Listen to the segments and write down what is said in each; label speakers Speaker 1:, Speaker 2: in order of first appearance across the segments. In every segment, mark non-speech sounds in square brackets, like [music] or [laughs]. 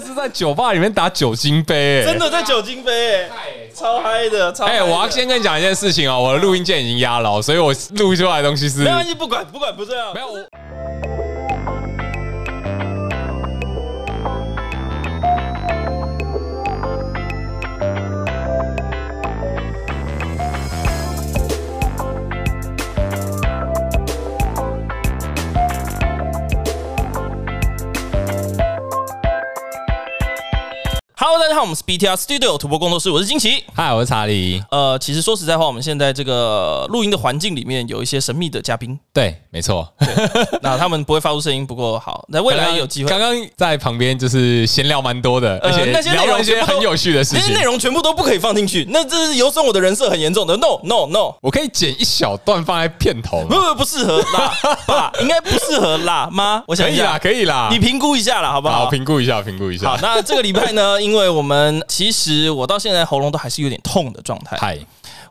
Speaker 1: 是在酒吧里面打酒精杯、欸，
Speaker 2: 真的在酒精杯、欸，超嗨的，超嗨
Speaker 1: 哎、
Speaker 2: 的
Speaker 1: 我要先跟你讲一件事情哦、我的录音键已经压牢，所以我录出来的东西是
Speaker 2: 没关系，不管不管不重要，
Speaker 1: 没有。我
Speaker 2: Hello，大家好，我们是 BTR Studio 土拨工作室，我是金奇。
Speaker 1: 嗨，我是查理。
Speaker 2: 呃，其实说实在话，我们现在这个录音的环境里面有一些神秘的嘉 [laughs] 宾，
Speaker 1: 对，没错。
Speaker 2: 那他们不会发出声音，不过好，那未来有机会
Speaker 1: 刚。刚在旁边就是闲聊蛮多的，而
Speaker 2: 呃
Speaker 1: 且
Speaker 2: 那些内
Speaker 1: 聊
Speaker 2: 容
Speaker 1: 了一些
Speaker 2: 全部都
Speaker 1: 很有趣的事
Speaker 2: 这些
Speaker 1: 情
Speaker 2: 内。容全部都不可以放进去，那这是有损我的人设很严重的。No No No，
Speaker 1: 我可以剪一小段放在片头
Speaker 2: 不
Speaker 1: 吗？
Speaker 2: 不不适合啦爸，应该不适合啦妈。我
Speaker 1: 可
Speaker 2: 想一
Speaker 1: 以
Speaker 2: 下
Speaker 1: 啦，，可以啦。
Speaker 2: 你评估一下啦，好不
Speaker 1: 好，
Speaker 2: 好？
Speaker 1: 评估一下，评估一
Speaker 2: 好
Speaker 1: 下，。
Speaker 2: 那这个礼拜呢，因为我们其实我到现在喉咙都还是有点痛的状态。
Speaker 1: 嗨，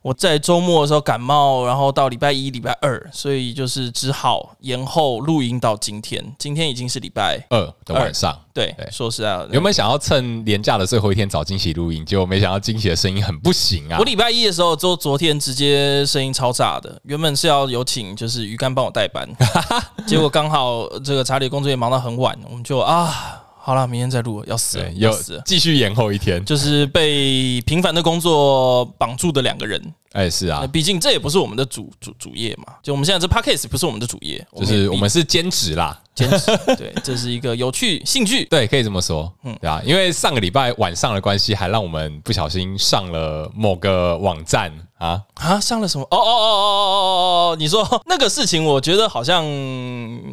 Speaker 2: 我在周末的时候感冒，然后到礼拜一、礼拜二，所以就是只好延后录音到今天。今天已经是礼拜
Speaker 1: 二的晚上。
Speaker 2: 对，
Speaker 1: 对
Speaker 2: 说实在的，
Speaker 1: 原本想要趁年假的最后一天找惊喜录音，结果没想到惊喜的声音很不行啊
Speaker 2: 我！礼拜一的时候，就昨天直接声音超炸的。原本是要有请就是鱼竿帮我代班，
Speaker 1: [laughs]
Speaker 2: 结果刚好这个查理工作也忙到很晚，我们就啊，好了，明天再录了，要死了
Speaker 1: 对，，
Speaker 2: 要
Speaker 1: 又
Speaker 2: 死了。
Speaker 1: 继续延后一天。
Speaker 2: 就是被平凡的工作绑住的两个人，
Speaker 1: 哎、是啊
Speaker 2: 那，毕竟这也不是我们的主主主业嘛。就我们现在这 podcast 不是我们的主业，
Speaker 1: 就是
Speaker 2: 也
Speaker 1: 我们是兼职啦，
Speaker 2: 兼
Speaker 1: [laughs]
Speaker 2: 职，对，这是一个有趣兴趣。
Speaker 1: 对，可以这么说，嗯，对啊，因为上个礼拜晚上的关系，还让我们不小心上了某个网站啊，
Speaker 2: 啊，上了什么？哦哦哦哦哦哦哦哦！你说 [laughs] 那个事情，我觉得好像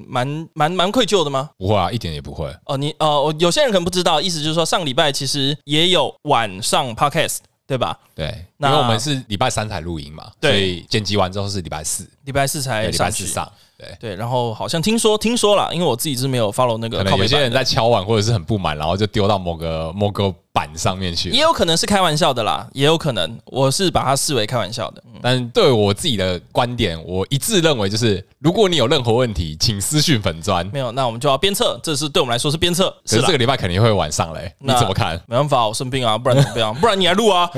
Speaker 2: 蛮蛮蛮愧疚的吗？
Speaker 1: 不会啊，一点也不会，
Speaker 2: 哦，你哦，我有些人可能不知道，意思就是说上礼拜其实也有晚上 podcast，对吧？
Speaker 1: 对，因
Speaker 2: 那
Speaker 1: 为我们是礼拜三才录音嘛，
Speaker 2: 对哎
Speaker 1: 所以剪辑完之后是礼拜四，
Speaker 2: 礼拜四才
Speaker 1: 对，礼拜
Speaker 2: 上
Speaker 1: 四
Speaker 2: 去。
Speaker 1: 上，对。
Speaker 2: 对，然后好像听说听说了，因为我自己是没有 follow 那个
Speaker 1: 可
Speaker 2: 靠
Speaker 1: 能有
Speaker 2: 背
Speaker 1: 些
Speaker 2: 版
Speaker 1: 人在敲碗或者是很不满，然后就丢到某个某个板上面去
Speaker 2: 也。有可能是开玩笑的啦，也有可能我是把它视为开玩笑的。嗯
Speaker 1: 但对我自己的观点，我一致认为就是，如果你有任何问题，请私讯粉砖。
Speaker 2: 没有，那我们就要鞭策，这是对我们来说是鞭策，
Speaker 1: 可
Speaker 2: 是
Speaker 1: 是
Speaker 2: 啦
Speaker 1: 这，个礼拜肯定会晚上嘞、你
Speaker 2: 那
Speaker 1: 怎么看？
Speaker 2: 没办法，我生病啊，不然怎么样？不然你来录啊。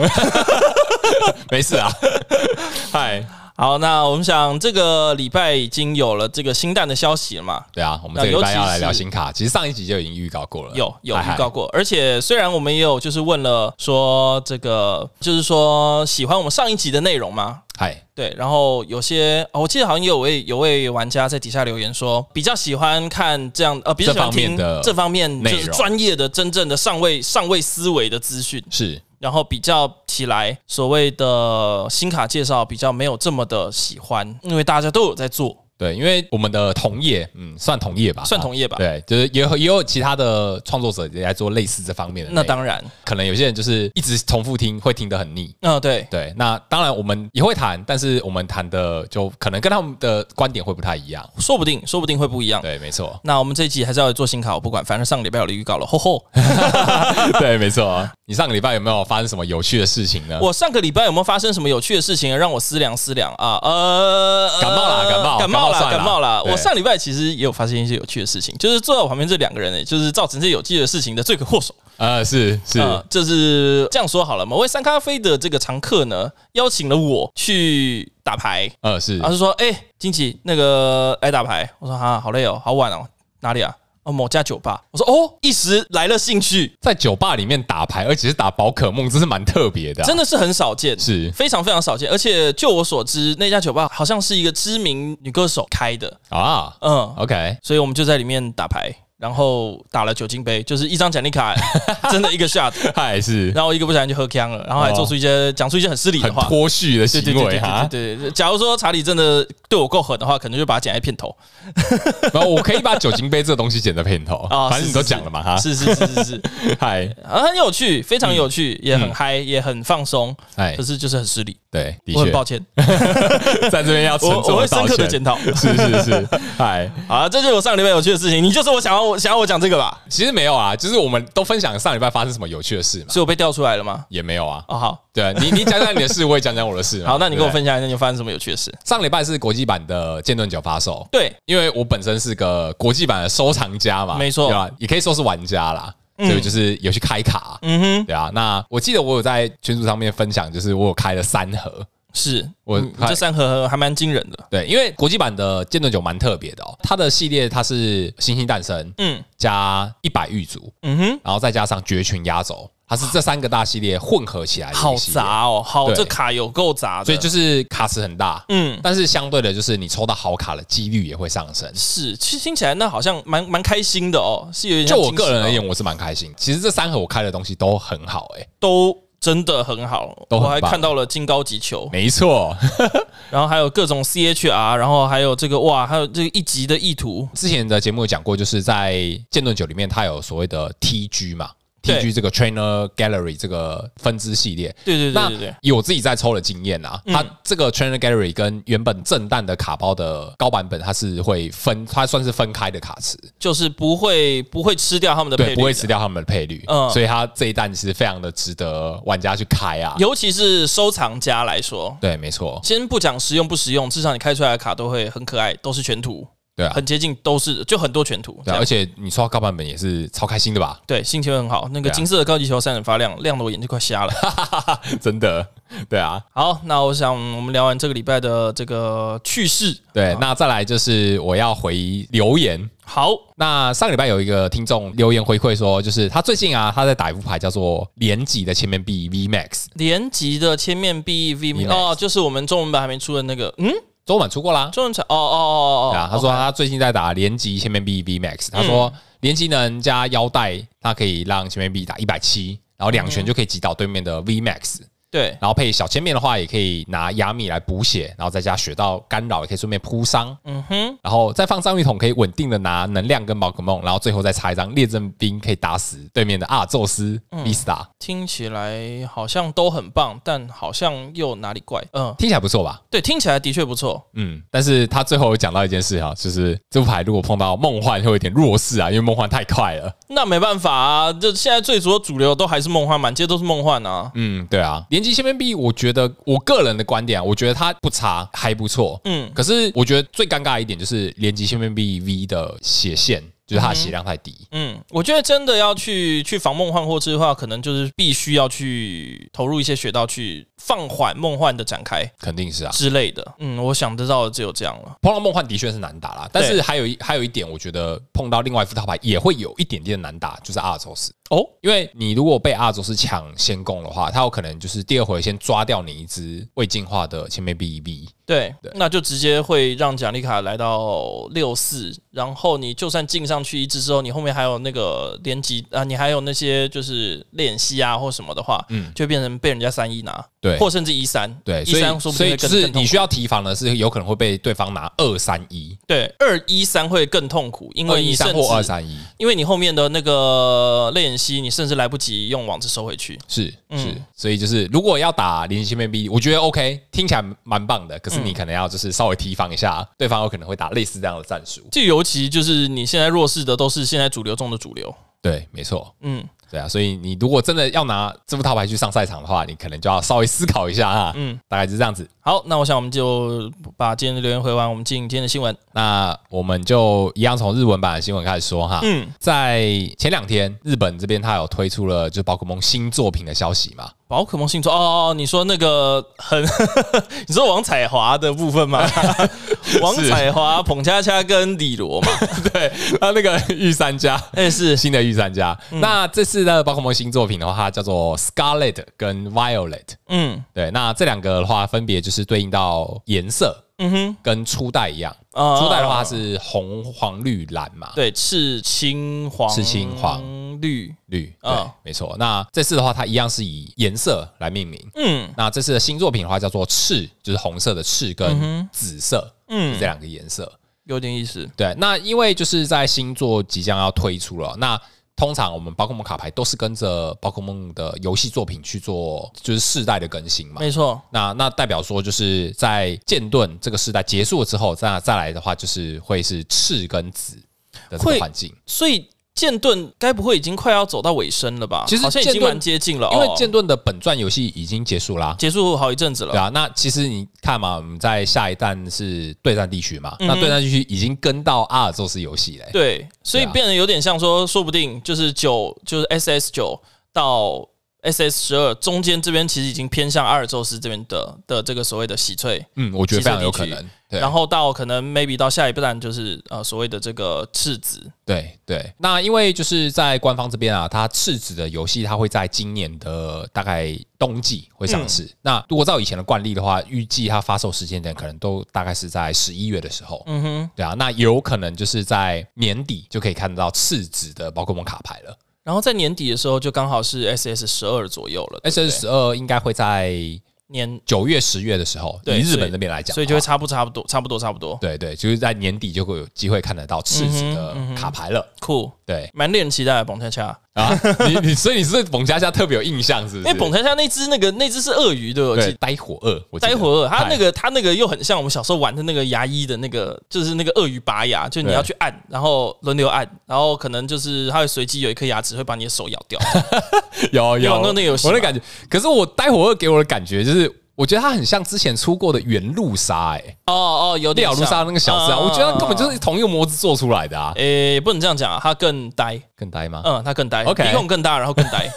Speaker 1: 没事
Speaker 2: [laughs]
Speaker 1: 啊， [laughs] 嗨，
Speaker 2: 好，那我们想这个礼拜已经有了这个星蛋的消息了嘛？
Speaker 1: 对啊，我们这个礼拜要来聊新卡，其实上一集就已经预告过了，
Speaker 2: 有有
Speaker 1: 呃嗨嗨
Speaker 2: 预告过，而且虽然我们也有就是问了说这个，就是说喜欢我们上一集的内容吗？
Speaker 1: 嗨，
Speaker 2: 对，然后有些、哦、我记得好像也有位有位玩家在底下留言说，比较喜欢看这样呃，比较喜欢
Speaker 1: 这方面
Speaker 2: 听
Speaker 1: 的
Speaker 2: 这方面就
Speaker 1: 内
Speaker 2: 是
Speaker 1: 容
Speaker 2: 专业的、真正的上位上位思维的资讯，
Speaker 1: 是
Speaker 2: 然后比较起来所谓的新卡介绍比较没有这么的喜欢，因为大家都有在做，
Speaker 1: 对，因为我们的同业，嗯，算同业吧，
Speaker 2: 算同业吧
Speaker 1: 啊对，就是也有也有其他的创作者也在做类似这方面的内容，
Speaker 2: 那当然，
Speaker 1: 可能有些人就是一直重复听，会听得很腻。
Speaker 2: 嗯、对，
Speaker 1: 对，那当然我们也会谈，但是我们谈的就可能跟他们的观点会不太一样。
Speaker 2: 说不定说不定会不一样。，
Speaker 1: 对，没错 [laughs]
Speaker 2: 那我们这一集还是要做新卡，我不管，反正上个礼拜有了预告了，
Speaker 1: [laughs]
Speaker 2: 吼吼。
Speaker 1: 对，没错。你上个礼拜有没有发生什么有趣的事情呢？
Speaker 2: 我上个礼拜有没有发生什么有趣的事情，让我思量思量啊？呃，
Speaker 1: 感冒啦
Speaker 2: 呃
Speaker 1: 感冒
Speaker 2: 感冒
Speaker 1: 感冒算
Speaker 2: 啦，
Speaker 1: 啦
Speaker 2: 感冒啦。
Speaker 1: 对
Speaker 2: 我上礼拜其实也有发现一些有趣的事情，就是坐在我旁边这两个人呢、就是造成这有趣的事情的罪魁祸首。
Speaker 1: 呃，是是，
Speaker 2: 呃就是这样说好了。某位三咖啡的这个常客呢，邀请了我去打牌，
Speaker 1: 呃是
Speaker 2: 他，就说：“哎、金奇，那个来打牌。”我说：“啊，好累哦，好晚哦，哪里啊？”哦，某家酒吧。我说：“哦，一时来了兴趣，
Speaker 1: 在酒吧里面打牌，而且是打宝可梦，这是蛮特别的啊、
Speaker 2: 真的是很少见。”
Speaker 1: 是
Speaker 2: 非常非常少见，而且就我所知，那家酒吧好像是一个知名女歌手开的，
Speaker 1: 啊。
Speaker 2: 嗯， [laughs]
Speaker 1: OK，
Speaker 2: 所以我们就在里面打牌，然后打了酒精杯，就是一张奖励卡，真的一个 shot，
Speaker 1: 嗨是
Speaker 2: 然后一个不小心就喝呛了，然后还做出一些讲出一些很失礼的
Speaker 1: 很
Speaker 2: 话。
Speaker 1: 脱序的
Speaker 2: 对对
Speaker 1: 行
Speaker 2: 对
Speaker 1: 为
Speaker 2: 对对
Speaker 1: 哈。
Speaker 2: 对对，假如说查理真的对我够狠的话，可能就把他剪在片头
Speaker 1: 然后我可以把酒精杯这个东西剪在片头
Speaker 2: 啊。
Speaker 1: 反正
Speaker 2: 是
Speaker 1: 你都
Speaker 2: 是
Speaker 1: 讲了嘛哈。
Speaker 2: 是是是是是，
Speaker 1: 嗨
Speaker 2: 啊，很有趣，非
Speaker 1: 嗯
Speaker 2: 常有趣，也很嗨，也很放松，
Speaker 1: 嗨
Speaker 2: 可，是就是很失礼，
Speaker 1: 对，哎的
Speaker 2: 我很
Speaker 1: 确
Speaker 2: 抱歉，
Speaker 1: 在这边要 [laughs] 沉
Speaker 2: 我我
Speaker 1: 重的
Speaker 2: 会深
Speaker 1: 道
Speaker 2: 刻的
Speaker 1: 歉
Speaker 2: 检。讨。
Speaker 1: [laughs] 是是是，嗨，
Speaker 2: 好啊，这就是我上个礼拜有趣的事情，你就是我想要我想要我讲这个吧。
Speaker 1: 其实没有啊，就是我们都分享上礼拜发生什么有趣的事嘛，
Speaker 2: 所以我被调出来了吗？
Speaker 1: 也没有啊。
Speaker 2: 哦，好，
Speaker 1: 对你，你讲讲你的事，我也讲讲我的事嘛。
Speaker 2: 好，那你跟
Speaker 1: 对不对
Speaker 2: 我
Speaker 1: 啊
Speaker 2: 分享一下，你发生什么有趣的事？
Speaker 1: 上礼拜是国际版的剑盾九发售，
Speaker 2: 对，
Speaker 1: 因为我本身是个国际版的收藏家嘛，
Speaker 2: 没错
Speaker 1: 对吧？也可以说是玩家啦。所以就是有去开卡，
Speaker 2: 嗯哼，
Speaker 1: 对啊。那我记得我有在群组上面分享，就是我有开了三盒，
Speaker 2: 是
Speaker 1: 我
Speaker 2: 嗯这三盒还蛮惊人的，
Speaker 1: 对，因为国际版的剑盾酒蛮特别的哦，它的系列它是星星诞生
Speaker 2: 嗯
Speaker 1: 加一百狱卒，
Speaker 2: 嗯哼，
Speaker 1: 然后再加上绝群压轴，它是这三个大系列混合起来的一
Speaker 2: 好
Speaker 1: 个系列，
Speaker 2: 杂哦，好，
Speaker 1: 对
Speaker 2: 这卡有够杂的，
Speaker 1: 所以就是卡池很大，
Speaker 2: 嗯。
Speaker 1: 但是相对的，就是你抽到好卡的几率也会上升。
Speaker 2: 是，其实听起来那好像蛮蛮开心的哦，是有点
Speaker 1: 就
Speaker 2: 像
Speaker 1: 我
Speaker 2: 惊
Speaker 1: 个
Speaker 2: 喜
Speaker 1: 人而
Speaker 2: 哦
Speaker 1: 言，我是蛮开心。其实这三盒我开的东西都很好、欸，哎，
Speaker 2: 都真的很好，
Speaker 1: 都很
Speaker 2: 我
Speaker 1: 棒
Speaker 2: 还看到了金高级球，
Speaker 1: 没错。
Speaker 2: 然后还有各种 CHR，然后还有这个哇，还有这个一级的意图，
Speaker 1: 之前的节目有讲过，就是在剑盾九里面，它有所谓的 TG 嘛
Speaker 2: 对
Speaker 1: ，TG 这个 Trainer Gallery 这个分支系列。
Speaker 2: 对对对
Speaker 1: 那
Speaker 2: 对对，
Speaker 1: 以我自己在抽的经验啊，它
Speaker 2: 嗯
Speaker 1: 这个 Trainer Gallery 跟原本正蛋的卡包的高版本，它是会分，它算是分开的卡池，
Speaker 2: 就是不会不会吃掉他们的
Speaker 1: 对，
Speaker 2: 配率，啊
Speaker 1: 不会吃。掉它们的配率，
Speaker 2: 嗯
Speaker 1: 所以它这一弹其实非常的值得玩家去开啊。
Speaker 2: 尤其是收藏家来说，
Speaker 1: 对，没错，
Speaker 2: 先不讲实用不实用，至少你开出来的卡都会很可爱，都是全图，
Speaker 1: 对啊，
Speaker 2: 很接近，都是就很多全图。
Speaker 1: 对啊，
Speaker 2: 这样
Speaker 1: 而且你抽到高版本也是超开心的吧？
Speaker 2: 对，心情会很好。那个
Speaker 1: 对啊
Speaker 2: 金色的高级球闪闪发亮，亮的我眼睛
Speaker 1: [laughs]
Speaker 2: 快瞎了。
Speaker 1: 真的，对啊，
Speaker 2: 好，那我想我们聊完这个礼拜的这个趣事。
Speaker 1: 对。啊那再来就是我要回留言。
Speaker 2: 好，
Speaker 1: 那上个礼拜有一个听众留言回馈说，就是他最近啊，他在打一副牌叫做连级的前面 B V Max，
Speaker 2: 连级的千面 B E V
Speaker 1: VMAX
Speaker 2: 哦，就是我们中文版还没出的那个，嗯，
Speaker 1: 周晚出过啦。
Speaker 2: 中文版哦哦哦哦，
Speaker 1: 对啊，他说
Speaker 2: OK 嗯
Speaker 1: 他最近在打连级前面 B V Max，他说连级能加腰带，它可以让前面 B 打一百七，然后两拳就可以击倒对面的 V Max，
Speaker 2: 对，
Speaker 1: 然后配小千面的话，也可以拿亚米来补血，然后再加血道干扰，也可以顺便扑伤。
Speaker 2: 嗯哼，
Speaker 1: 然后再放章鱼桶，可以稳定的拿能量跟宝可梦，然后最后再插一张列阵兵，可以打死对面的阿尔宙斯、Vista，
Speaker 2: 嗯听起来好像都很棒，但好像又哪里怪，嗯，
Speaker 1: 听起来不错吧？
Speaker 2: 对，听起来的确不错，
Speaker 1: 嗯，但是他最后有讲到一件事哈、就是这副牌如果碰到梦幻会有点弱势啊，因为梦幻太快了。
Speaker 2: 那没办法啊，这现在最主要主流都还是梦幻，满街都是梦幻啊，
Speaker 1: 嗯，对啊，连击千面币，我觉得我个人的观点啊，我觉得它不差，还不错。
Speaker 2: 嗯，
Speaker 1: 可是我觉得最尴尬的一点就是连击千面币 V 的血线，就是它的血量太低。
Speaker 2: 嗯，我觉得真的要去去防梦幻获知的话，可能就是必须要去投入一些雪道去放缓梦幻的展开
Speaker 1: 肯定是啊，
Speaker 2: 之类的。嗯，我想得到的只有这样了。
Speaker 1: 碰到梦幻的确是难打啦，但是还有一还有一点，我觉得碰到另外一副套牌也会有一点点难打，就是阿尔宙斯哦，因为你如果被阿尔宙斯抢先攻的话，他有可能就是第二回先抓掉你一只未进化的前面 B 一 B，
Speaker 2: 对，
Speaker 1: 对
Speaker 2: 那就直接会让奖励卡来到六四，然后你就算进上去一只之后，你后面还有那个连击啊，你还有那些就是练习啊或什么的话，
Speaker 1: 嗯
Speaker 2: 就变成被人家三一拿，
Speaker 1: 对
Speaker 2: 或甚至一三，
Speaker 1: 对，
Speaker 2: 一
Speaker 1: 所
Speaker 2: 三
Speaker 1: 以
Speaker 2: 说不
Speaker 1: 所
Speaker 2: 定会
Speaker 1: 以就
Speaker 2: 更更
Speaker 1: 是
Speaker 2: 痛
Speaker 1: 你
Speaker 2: 苦
Speaker 1: 需要提防的是，有可能会被对方拿二三一，
Speaker 2: 对二一三会更痛苦，因为
Speaker 1: 一
Speaker 2: 嗯你甚
Speaker 1: 三
Speaker 2: 至
Speaker 1: 或二三一，
Speaker 2: 因为你后面的那个泪眼吸，你甚至来不及用网子收回去。
Speaker 1: 是是
Speaker 2: 嗯，
Speaker 1: 所以就是如果要打连击千面 B，我觉得 OK，听起来蛮棒的，
Speaker 2: 嗯
Speaker 1: 可是你可能要就是稍微提防一下，对方有可能会打类似这样的战术，
Speaker 2: 这尤其就是你现在弱势的都是现在主流中的主流。
Speaker 1: 对，没错。
Speaker 2: 嗯
Speaker 1: 对啊，所以你如果真的要拿这副套牌去上赛场的话，你可能就要稍微思考一下啊。
Speaker 2: 嗯，
Speaker 1: 大概就是这样子。
Speaker 2: 好，那我想我们就把今天的留言回完，我们进今天的新闻。
Speaker 1: 那我们就一样从日文版的新闻开始说哈。
Speaker 2: 嗯，
Speaker 1: 在前两天，日本这边它有推出了就是宝可梦新作品的消息
Speaker 2: [laughs]
Speaker 1: 嘛？
Speaker 2: 宝可梦星座哦，哦你说那个很， [laughs] 你说王彩华的部分
Speaker 1: [laughs]
Speaker 2: 吗？王彩华、彭恰恰跟李
Speaker 1: [laughs]
Speaker 2: 罗嘛？
Speaker 1: 对，它那个御三家 [laughs]
Speaker 2: 哎、是，
Speaker 1: 新的御三家。
Speaker 2: 嗯
Speaker 1: 那这次的宝可梦新作品的话，它叫做 Scarlet 跟 Violet。
Speaker 2: 嗯
Speaker 1: 对，那这两个的话，分别就是对应到颜色
Speaker 2: 嗯哼，
Speaker 1: 跟初代一样。
Speaker 2: 啊
Speaker 1: 初代的话是红、黄、绿、蓝嘛？
Speaker 2: 对赤青黄
Speaker 1: 赤青黄
Speaker 2: 绿，
Speaker 1: 绿，对，
Speaker 2: 嗯
Speaker 1: 没错。那这次的话，它一样是以颜色来命名。
Speaker 2: 嗯
Speaker 1: 那这次的新作品的话，叫做赤，就是红色的赤跟紫色，嗯，这两个颜色。
Speaker 2: 有点意思。
Speaker 1: 对，那因为就是在新作即将要推出了，那通常我们宝可梦卡牌都是跟着宝可梦的游戏作品去做，就是世代的更新嘛。
Speaker 2: 没错，
Speaker 1: 那那代表说，就是在剑盾这个世代结束了之后，再再来的话，就是会是赤跟紫的这
Speaker 2: 会
Speaker 1: 个环境。
Speaker 2: 所以剑盾该不会已经快要走到尾声了吧？
Speaker 1: 其实
Speaker 2: 好像已
Speaker 1: 剑
Speaker 2: 经
Speaker 1: 盾
Speaker 2: 蛮接近了，
Speaker 1: 因为
Speaker 2: 哦
Speaker 1: 剑盾的本传游戏已经结束啦。
Speaker 2: 结束好一阵子了
Speaker 1: 对。啊，那其实你看嘛，我们在下一站是对战地区嘛，
Speaker 2: 嗯哼
Speaker 1: 那对战地区已经跟到阿尔宙斯游戏嘞。
Speaker 2: 对，所以
Speaker 1: 对啊
Speaker 2: 变得有点像说，说不定就是九，就是 SS 九到 SS 十二中间这边，其实已经偏向阿尔宙斯这边的的这个所谓的洗翠，
Speaker 1: 嗯，我觉得非常有可
Speaker 2: 其实
Speaker 1: 能。对，
Speaker 2: 然后到可能 maybe 到下一站就是呃所谓的这个赤子，
Speaker 1: 对对，那因为就是在官方这边啊，它赤子的游戏它会在今年的大概冬季会上
Speaker 2: 嗯
Speaker 1: 市。那如果照以前的惯例的话，预计它发售时间点可能都大概是在十一月的时候。
Speaker 2: 嗯哼，
Speaker 1: 对啊，那有可能就是在年底就可以看到赤子的宝可梦卡牌了。
Speaker 2: 然后在年底的时候就刚好是 SS 十二左右了
Speaker 1: S
Speaker 2: 对不
Speaker 1: S
Speaker 2: 对
Speaker 1: 十二应该会在
Speaker 2: 年，
Speaker 1: 九月、十月的时候，以
Speaker 2: 对
Speaker 1: 日
Speaker 2: 所
Speaker 1: 本
Speaker 2: 以
Speaker 1: 那边来讲的话，
Speaker 2: 所以就会差不差不多差不多差不多，
Speaker 1: 对对，就是在年底就会有机会看得到赤子
Speaker 2: 嗯
Speaker 1: 的卡牌了。
Speaker 2: 酷，
Speaker 1: 对
Speaker 2: 蛮令人期待的蹦恰恰，
Speaker 1: 啊，你你所以你是对蹦恰恰特别有印象，是不
Speaker 2: 因
Speaker 1: 是？
Speaker 2: 为蹦恰恰那只那个那只是鳄鱼对不对？我记
Speaker 1: 对
Speaker 2: 得
Speaker 1: 呆火二，我记得
Speaker 2: 呆火鳄，它
Speaker 1: 嗨
Speaker 2: 那个它那个又很像我们小时候玩的那个牙医的那个，就是那个鳄鱼拔牙，就你
Speaker 1: 对
Speaker 2: 要去按，然后轮流按，然后可能就是它会随机有一颗牙齿会把你的手咬
Speaker 1: [laughs]
Speaker 2: 掉。
Speaker 1: 有有
Speaker 2: 玩过那个游戏
Speaker 1: 我的
Speaker 2: 吗
Speaker 1: 感觉。可是我呆火二给我的感觉就是，我觉得它很像之前出过的原路杀，哎，
Speaker 2: 哦哦，有
Speaker 1: 猎
Speaker 2: 点
Speaker 1: 鸟路杀
Speaker 2: 像
Speaker 1: 那个小子啊，
Speaker 2: 嗯
Speaker 1: 我觉得它根本就是同一个模子做出来的啊，
Speaker 2: 诶、不能这样讲啊，它更呆，
Speaker 1: 更呆吗？
Speaker 2: 嗯，它更呆
Speaker 1: OK
Speaker 2: 鼻孔更大，然后更
Speaker 1: [laughs]
Speaker 2: 呆，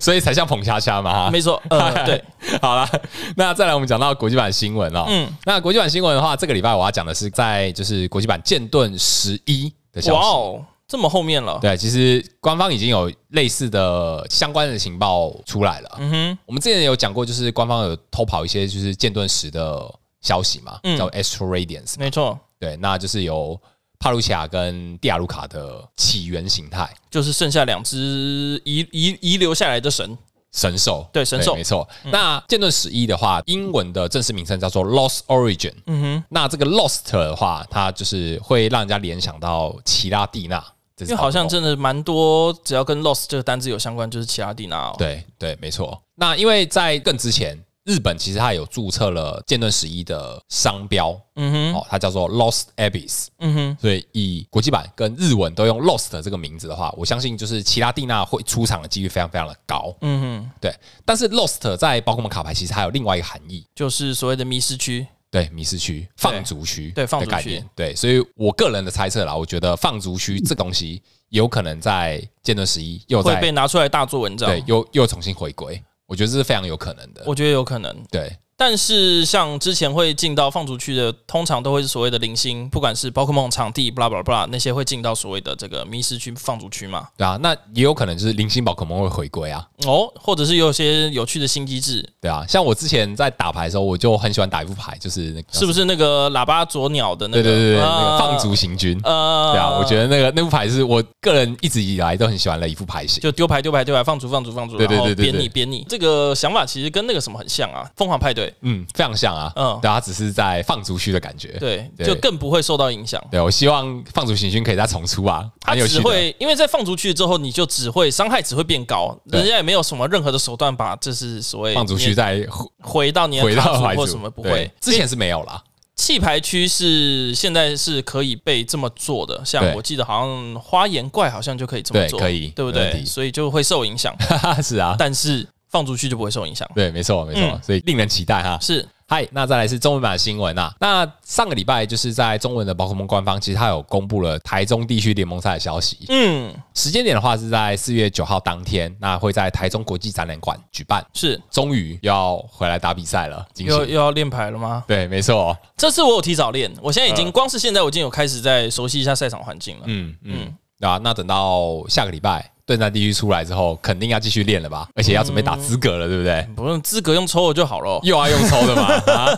Speaker 1: 所以才像捧恰恰嘛。[laughs]
Speaker 2: 没错，呃，对，
Speaker 1: 好啦，那再来我们讲到国际版新闻哦。
Speaker 2: 嗯
Speaker 1: 那国际版新闻的话，这个礼拜我要讲的是在就是国际版剑盾十一的消
Speaker 2: 哇
Speaker 1: 息。
Speaker 2: 哦，这么后面了，
Speaker 1: 对，其实官方已经有类似的相关的情报出来了。
Speaker 2: 嗯哼，
Speaker 1: 我们之前有讲过，就是官方有偷跑一些就是剑盾十的消息嘛，
Speaker 2: 嗯
Speaker 1: 叫 Astro Radiance。
Speaker 2: 没错，
Speaker 1: 对，那就是由帕鲁奇亚跟蒂亚卢卡的起源形态
Speaker 2: 就是剩下两只遗遗遗留下来的神，
Speaker 1: 神兽。
Speaker 2: 对神兽嗯
Speaker 1: 没错。那剑盾十一的话，英文的正式名称叫做 Lost Origin。
Speaker 2: 嗯哼，
Speaker 1: 那这个 Lost 的话，它就是会让人家联想到奇拉蒂娜这只
Speaker 2: 因
Speaker 1: 宝可梦，
Speaker 2: 为好像真的蛮多，只要跟 loss 这个单字有相关，就是奇拉蒂娜、哦，
Speaker 1: 对对，没错。那因为在更之前，日本其实它有注册了剑盾十一的商标，
Speaker 2: 嗯哼。
Speaker 1: 哦，它叫做 Lost Abyss。
Speaker 2: 嗯哼，
Speaker 1: 所以以国际版跟日文都用 Lost 这个名字的话，我相信就是奇拉蒂娜会出场的几率非常非常的高。
Speaker 2: 嗯哼，
Speaker 1: 对，但是 Lost 在宝可梦卡牌其实还有另外一个含义，
Speaker 2: 就是所谓的迷失区。
Speaker 1: 对迷失区、放逐区
Speaker 2: 对放
Speaker 1: 的
Speaker 2: 逐
Speaker 1: 概
Speaker 2: 区
Speaker 1: 念。对，所以我个人的猜测啦，我觉得放逐区这东西有可能在剑盾十一又
Speaker 2: 会
Speaker 1: 在
Speaker 2: 被拿出来大做文章。
Speaker 1: 对又又重新回归，我觉得这是非常有可能的。
Speaker 2: 我觉得有可能。
Speaker 1: 对，
Speaker 2: 但是像之前会进到放逐区的，通常都会是所谓的零星，不管是宝可梦场地、blah blah blah 那些会进到所谓的这个迷失区、放逐区嘛。
Speaker 1: 对啊，那也有可能就是零星宝可梦会回归啊，
Speaker 2: 哦，或者是有一些有趣的新机制，
Speaker 1: 对啊，像我之前在打牌的时候，我就很喜欢打一副牌，就是那个
Speaker 2: 是不是那个喇叭左鸟的那
Speaker 1: 对
Speaker 2: 个？
Speaker 1: 对对对，那
Speaker 2: 啊
Speaker 1: 个放逐行军，
Speaker 2: 呃，
Speaker 1: 对啊，我觉
Speaker 2: 得
Speaker 1: 得那个那副牌是我个人一直以来都很喜欢的一副牌型，
Speaker 2: 就丢牌丢牌丢牌，放逐放逐放逐，
Speaker 1: 对对
Speaker 2: 然后
Speaker 1: 对对对
Speaker 2: 编你编你。这个想法其实跟那个什么很像啊，疯狂派对，
Speaker 1: 嗯，非常像啊，
Speaker 2: 嗯
Speaker 1: 嗯，对啊，它只是在放逐区的感觉，
Speaker 2: 对，
Speaker 1: 对
Speaker 2: 就更不会受到影响。
Speaker 1: 对，我希望放逐行军可以再重出啊，
Speaker 2: 他
Speaker 1: 很有趣
Speaker 2: 只
Speaker 1: 的，
Speaker 2: 会因为在放出去之后，你就只会伤害只会变高，
Speaker 1: 对
Speaker 2: 人家也没有什么任何的手段把这是所谓
Speaker 1: 放逐区
Speaker 2: 你的
Speaker 1: 再
Speaker 2: 回到你
Speaker 1: 回
Speaker 2: 的
Speaker 1: 到
Speaker 2: 卡
Speaker 1: 牌组
Speaker 2: 组或什么不
Speaker 1: 对
Speaker 2: 会。
Speaker 1: 之前是没有啦， [laughs]
Speaker 2: 弃牌区是现在是可以被这么做的，像
Speaker 1: 对
Speaker 2: 我记得好像花岩怪好像就可以这么
Speaker 1: 对
Speaker 2: 做，
Speaker 1: 可以
Speaker 2: 对不
Speaker 1: 没问
Speaker 2: 对？
Speaker 1: 题
Speaker 2: 所以就会受影
Speaker 1: [laughs]
Speaker 2: 响，
Speaker 1: 哈哈，是啊，
Speaker 2: 但是放出去就不会受影响。
Speaker 1: 对，没错没错，
Speaker 2: 嗯
Speaker 1: 所以令人期待哈。
Speaker 2: 是，
Speaker 1: 嗨，那再来是中文版的新闻啊。那上个礼拜就是在中文的宝可梦官方，其实它有公布了台中地区联盟赛的消息。
Speaker 2: 嗯，
Speaker 1: 时间点的话是在四月九号当天，那会在台中国际展览馆举办。
Speaker 2: 是
Speaker 1: 终于要回来打比赛了，惊
Speaker 2: 又
Speaker 1: 喜！
Speaker 2: 又要练牌了吗？
Speaker 1: 对，没错，
Speaker 2: 这次我有提早练，我现在已经光是现在我已经有开始在熟悉一下赛场环境了。
Speaker 1: 呃嗯嗯，对啊。那等到下个礼拜对战地区出来之后，肯定要继续练了吧？而且要准备打资格了，对不对？
Speaker 2: 不用资格用抽的就好了，
Speaker 1: 又要用抽 [laughs] 的嘛？啊，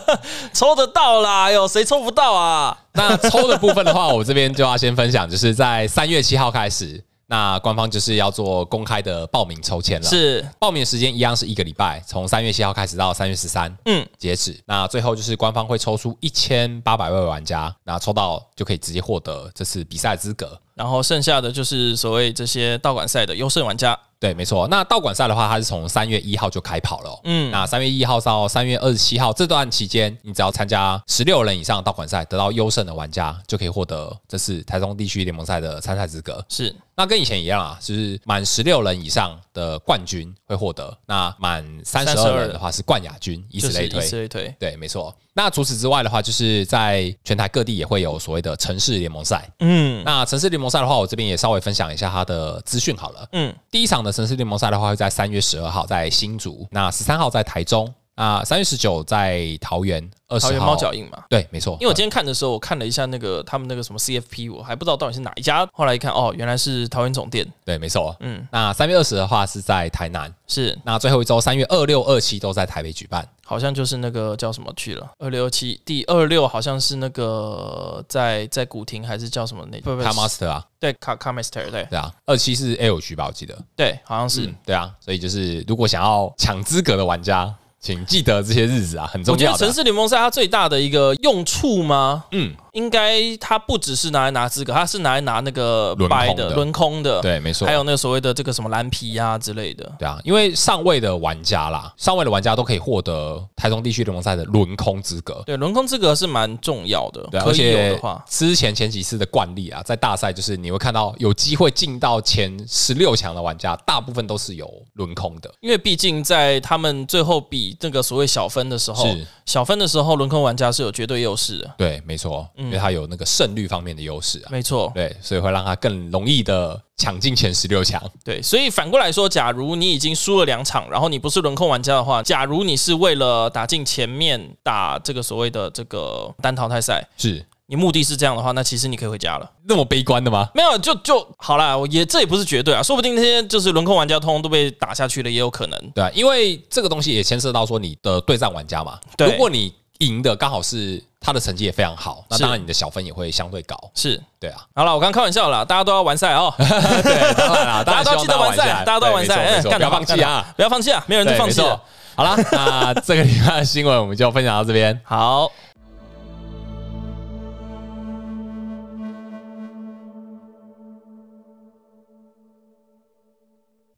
Speaker 2: 抽得到啦，哟，谁抽不到啊？
Speaker 1: 那抽的部分的话，我这边就要先分享，就是在三月七号开始，那官方就是要做公开的报名抽签了。
Speaker 2: 是，
Speaker 1: 报名的时间一样是一个礼拜，从三月七号开始到三月十三，
Speaker 2: 嗯
Speaker 1: 嗯，截止。那最后就是官方会抽出一千八百位玩家，那抽到就可以直接获得这次比赛资格。
Speaker 2: 然后剩下的就是所谓这些道馆赛的优胜玩家。
Speaker 1: 对，没错。那道馆赛的话，它是从三月一号就开跑了、哦。
Speaker 2: 嗯，
Speaker 1: 那三月一号到三月二十七号这段期间，你只要参加十六人以上的道馆赛，得到优胜的玩家，就可以获得这次台中地区联盟赛的参赛资格。
Speaker 2: 是
Speaker 1: 那跟以前一样啊，就是满十六人以上的冠军会获得，那满三十二人的话是冠亚军，以
Speaker 2: 就
Speaker 1: 此
Speaker 2: 是
Speaker 1: 类
Speaker 2: 以
Speaker 1: 推。
Speaker 2: 此类推。
Speaker 1: 对，没错。那除此之外的话，就是在全台各地也会有所谓的城市联盟赛。
Speaker 2: 嗯
Speaker 1: 那城市联盟赛的话，我这边也稍微分享一下它的资讯好了。
Speaker 2: 嗯，
Speaker 1: 第一场的城市联盟赛的话，会在三月十二号在新竹，那十三号在台中，啊，三月十九在桃园，二十
Speaker 2: 桃
Speaker 1: 号
Speaker 2: 园猫脚印嘛。
Speaker 1: 对，没错。
Speaker 2: 因为我今天看的时候，我看了一下那个他们那个什么 CFP，我还不知道到底是哪一家。后来一看，哦，原来是桃园总店。
Speaker 1: 呃对，没错。
Speaker 2: 嗯，
Speaker 1: 那三月二十的话是在台南，
Speaker 2: 是
Speaker 1: 那最后一周三月二六、二七都在台北举办。
Speaker 2: 好像就是那个叫什么去了二六七第二六，好像是那个在在古亭还是叫什么那不不
Speaker 1: 卡 master 啊，
Speaker 2: 对卡卡 master 对
Speaker 1: 对啊，二七是 L 区吧，我记得
Speaker 2: 对，好像是。
Speaker 1: 嗯对啊，所以就是如果想要抢资格的玩家，请记得这些日子啊，很
Speaker 2: 我
Speaker 1: 重
Speaker 2: 觉
Speaker 1: 要
Speaker 2: 得
Speaker 1: 的
Speaker 2: 城
Speaker 1: 啊。
Speaker 2: 市联盟赛它最大的一个用处吗？
Speaker 1: 嗯，
Speaker 2: 应该它不只是拿来拿资格，它是拿来拿那个
Speaker 1: 轮
Speaker 2: 掰
Speaker 1: 空的
Speaker 2: 轮空的，
Speaker 1: 对，没错
Speaker 2: 还。有那个所谓的这个什么蓝皮啊之类的。
Speaker 1: 对啊，因为上位的玩家啦，上位的玩家都可以获得台中地区联盟赛的轮空资格。
Speaker 2: 对，轮空资格是蛮重要的，
Speaker 1: 对啊，
Speaker 2: 可
Speaker 1: 而
Speaker 2: 以有
Speaker 1: 且
Speaker 2: 的话，
Speaker 1: 之前前几次的惯例啊，在大赛就是你会看到有机会进到前十六强的玩家，大部分都是有轮空的。
Speaker 2: 因为毕竟在他们最后比那个所谓小分的时候
Speaker 1: 是，
Speaker 2: 小分的时候轮空玩家是有绝对优势的，
Speaker 1: 哦对，没错，因为他有那个胜率方面的优势啊。
Speaker 2: 没错，
Speaker 1: 对，所以会让他更容易的抢进前十六强。
Speaker 2: 对，所以反过来说，假如你已经输了两场，然后你不是轮空玩家的话，假如你是为了打进前面打这个所谓的这个单淘汰赛，
Speaker 1: 是
Speaker 2: 你目的是这样的话，那其实你可以回家了。
Speaker 1: 那么悲观的吗？
Speaker 2: 没有，就就好啦，我也这也不是绝对啊，说不定那些就是轮空玩家通通都被打下去了，也有可能。
Speaker 1: 对啊，因为这个东西也牵涉到说你的对战玩家嘛。
Speaker 2: 对
Speaker 1: 如果你赢的刚好是他的成绩也非常好，那
Speaker 2: 是
Speaker 1: 当然你的小分也会相对高。
Speaker 2: 是，
Speaker 1: 对啊，
Speaker 2: 好了，我刚开玩笑啦，大家都要完赛
Speaker 1: [laughs]
Speaker 2: 哦，
Speaker 1: 对，当然啦，
Speaker 2: 大家
Speaker 1: 当然希
Speaker 2: 都
Speaker 1: 望
Speaker 2: 记得完
Speaker 1: 下
Speaker 2: 赛，
Speaker 1: 来
Speaker 2: 大家都
Speaker 1: 啊对
Speaker 2: 完赛，
Speaker 1: 没错
Speaker 2: 哎
Speaker 1: 没错
Speaker 2: 干
Speaker 1: 不
Speaker 2: 得
Speaker 1: 要
Speaker 2: 好
Speaker 1: 放弃啊
Speaker 2: 干得好！不要放弃啊，没有人
Speaker 1: 对
Speaker 2: 就放弃
Speaker 1: 没错
Speaker 2: 了。
Speaker 1: 好啦，那这个礼拜的新闻我们就分享到这边。 [laughs]
Speaker 2: 好，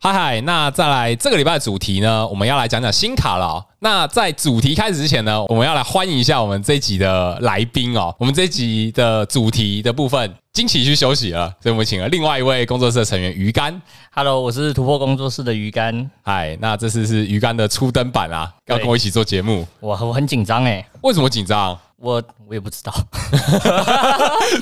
Speaker 1: 嗨嗨，那再来这个礼拜的主题呢，我们要来讲讲新卡了哦、那在主题开始之前呢，我们要来欢迎一下我们这一集的来宾哦。我们这一集的主题的部分，金奇去休息了，所以我们请了另外一位工作室的成员鱼竿。
Speaker 3: Hello，我是突破工作室的鱼竿，
Speaker 1: 嗨，那这次是鱼竿的初登版啊，要
Speaker 3: 对
Speaker 1: 跟我一起做节目，
Speaker 3: 我我很紧张哎，
Speaker 1: 为什么紧张？ [laughs]
Speaker 3: 我我也不知道，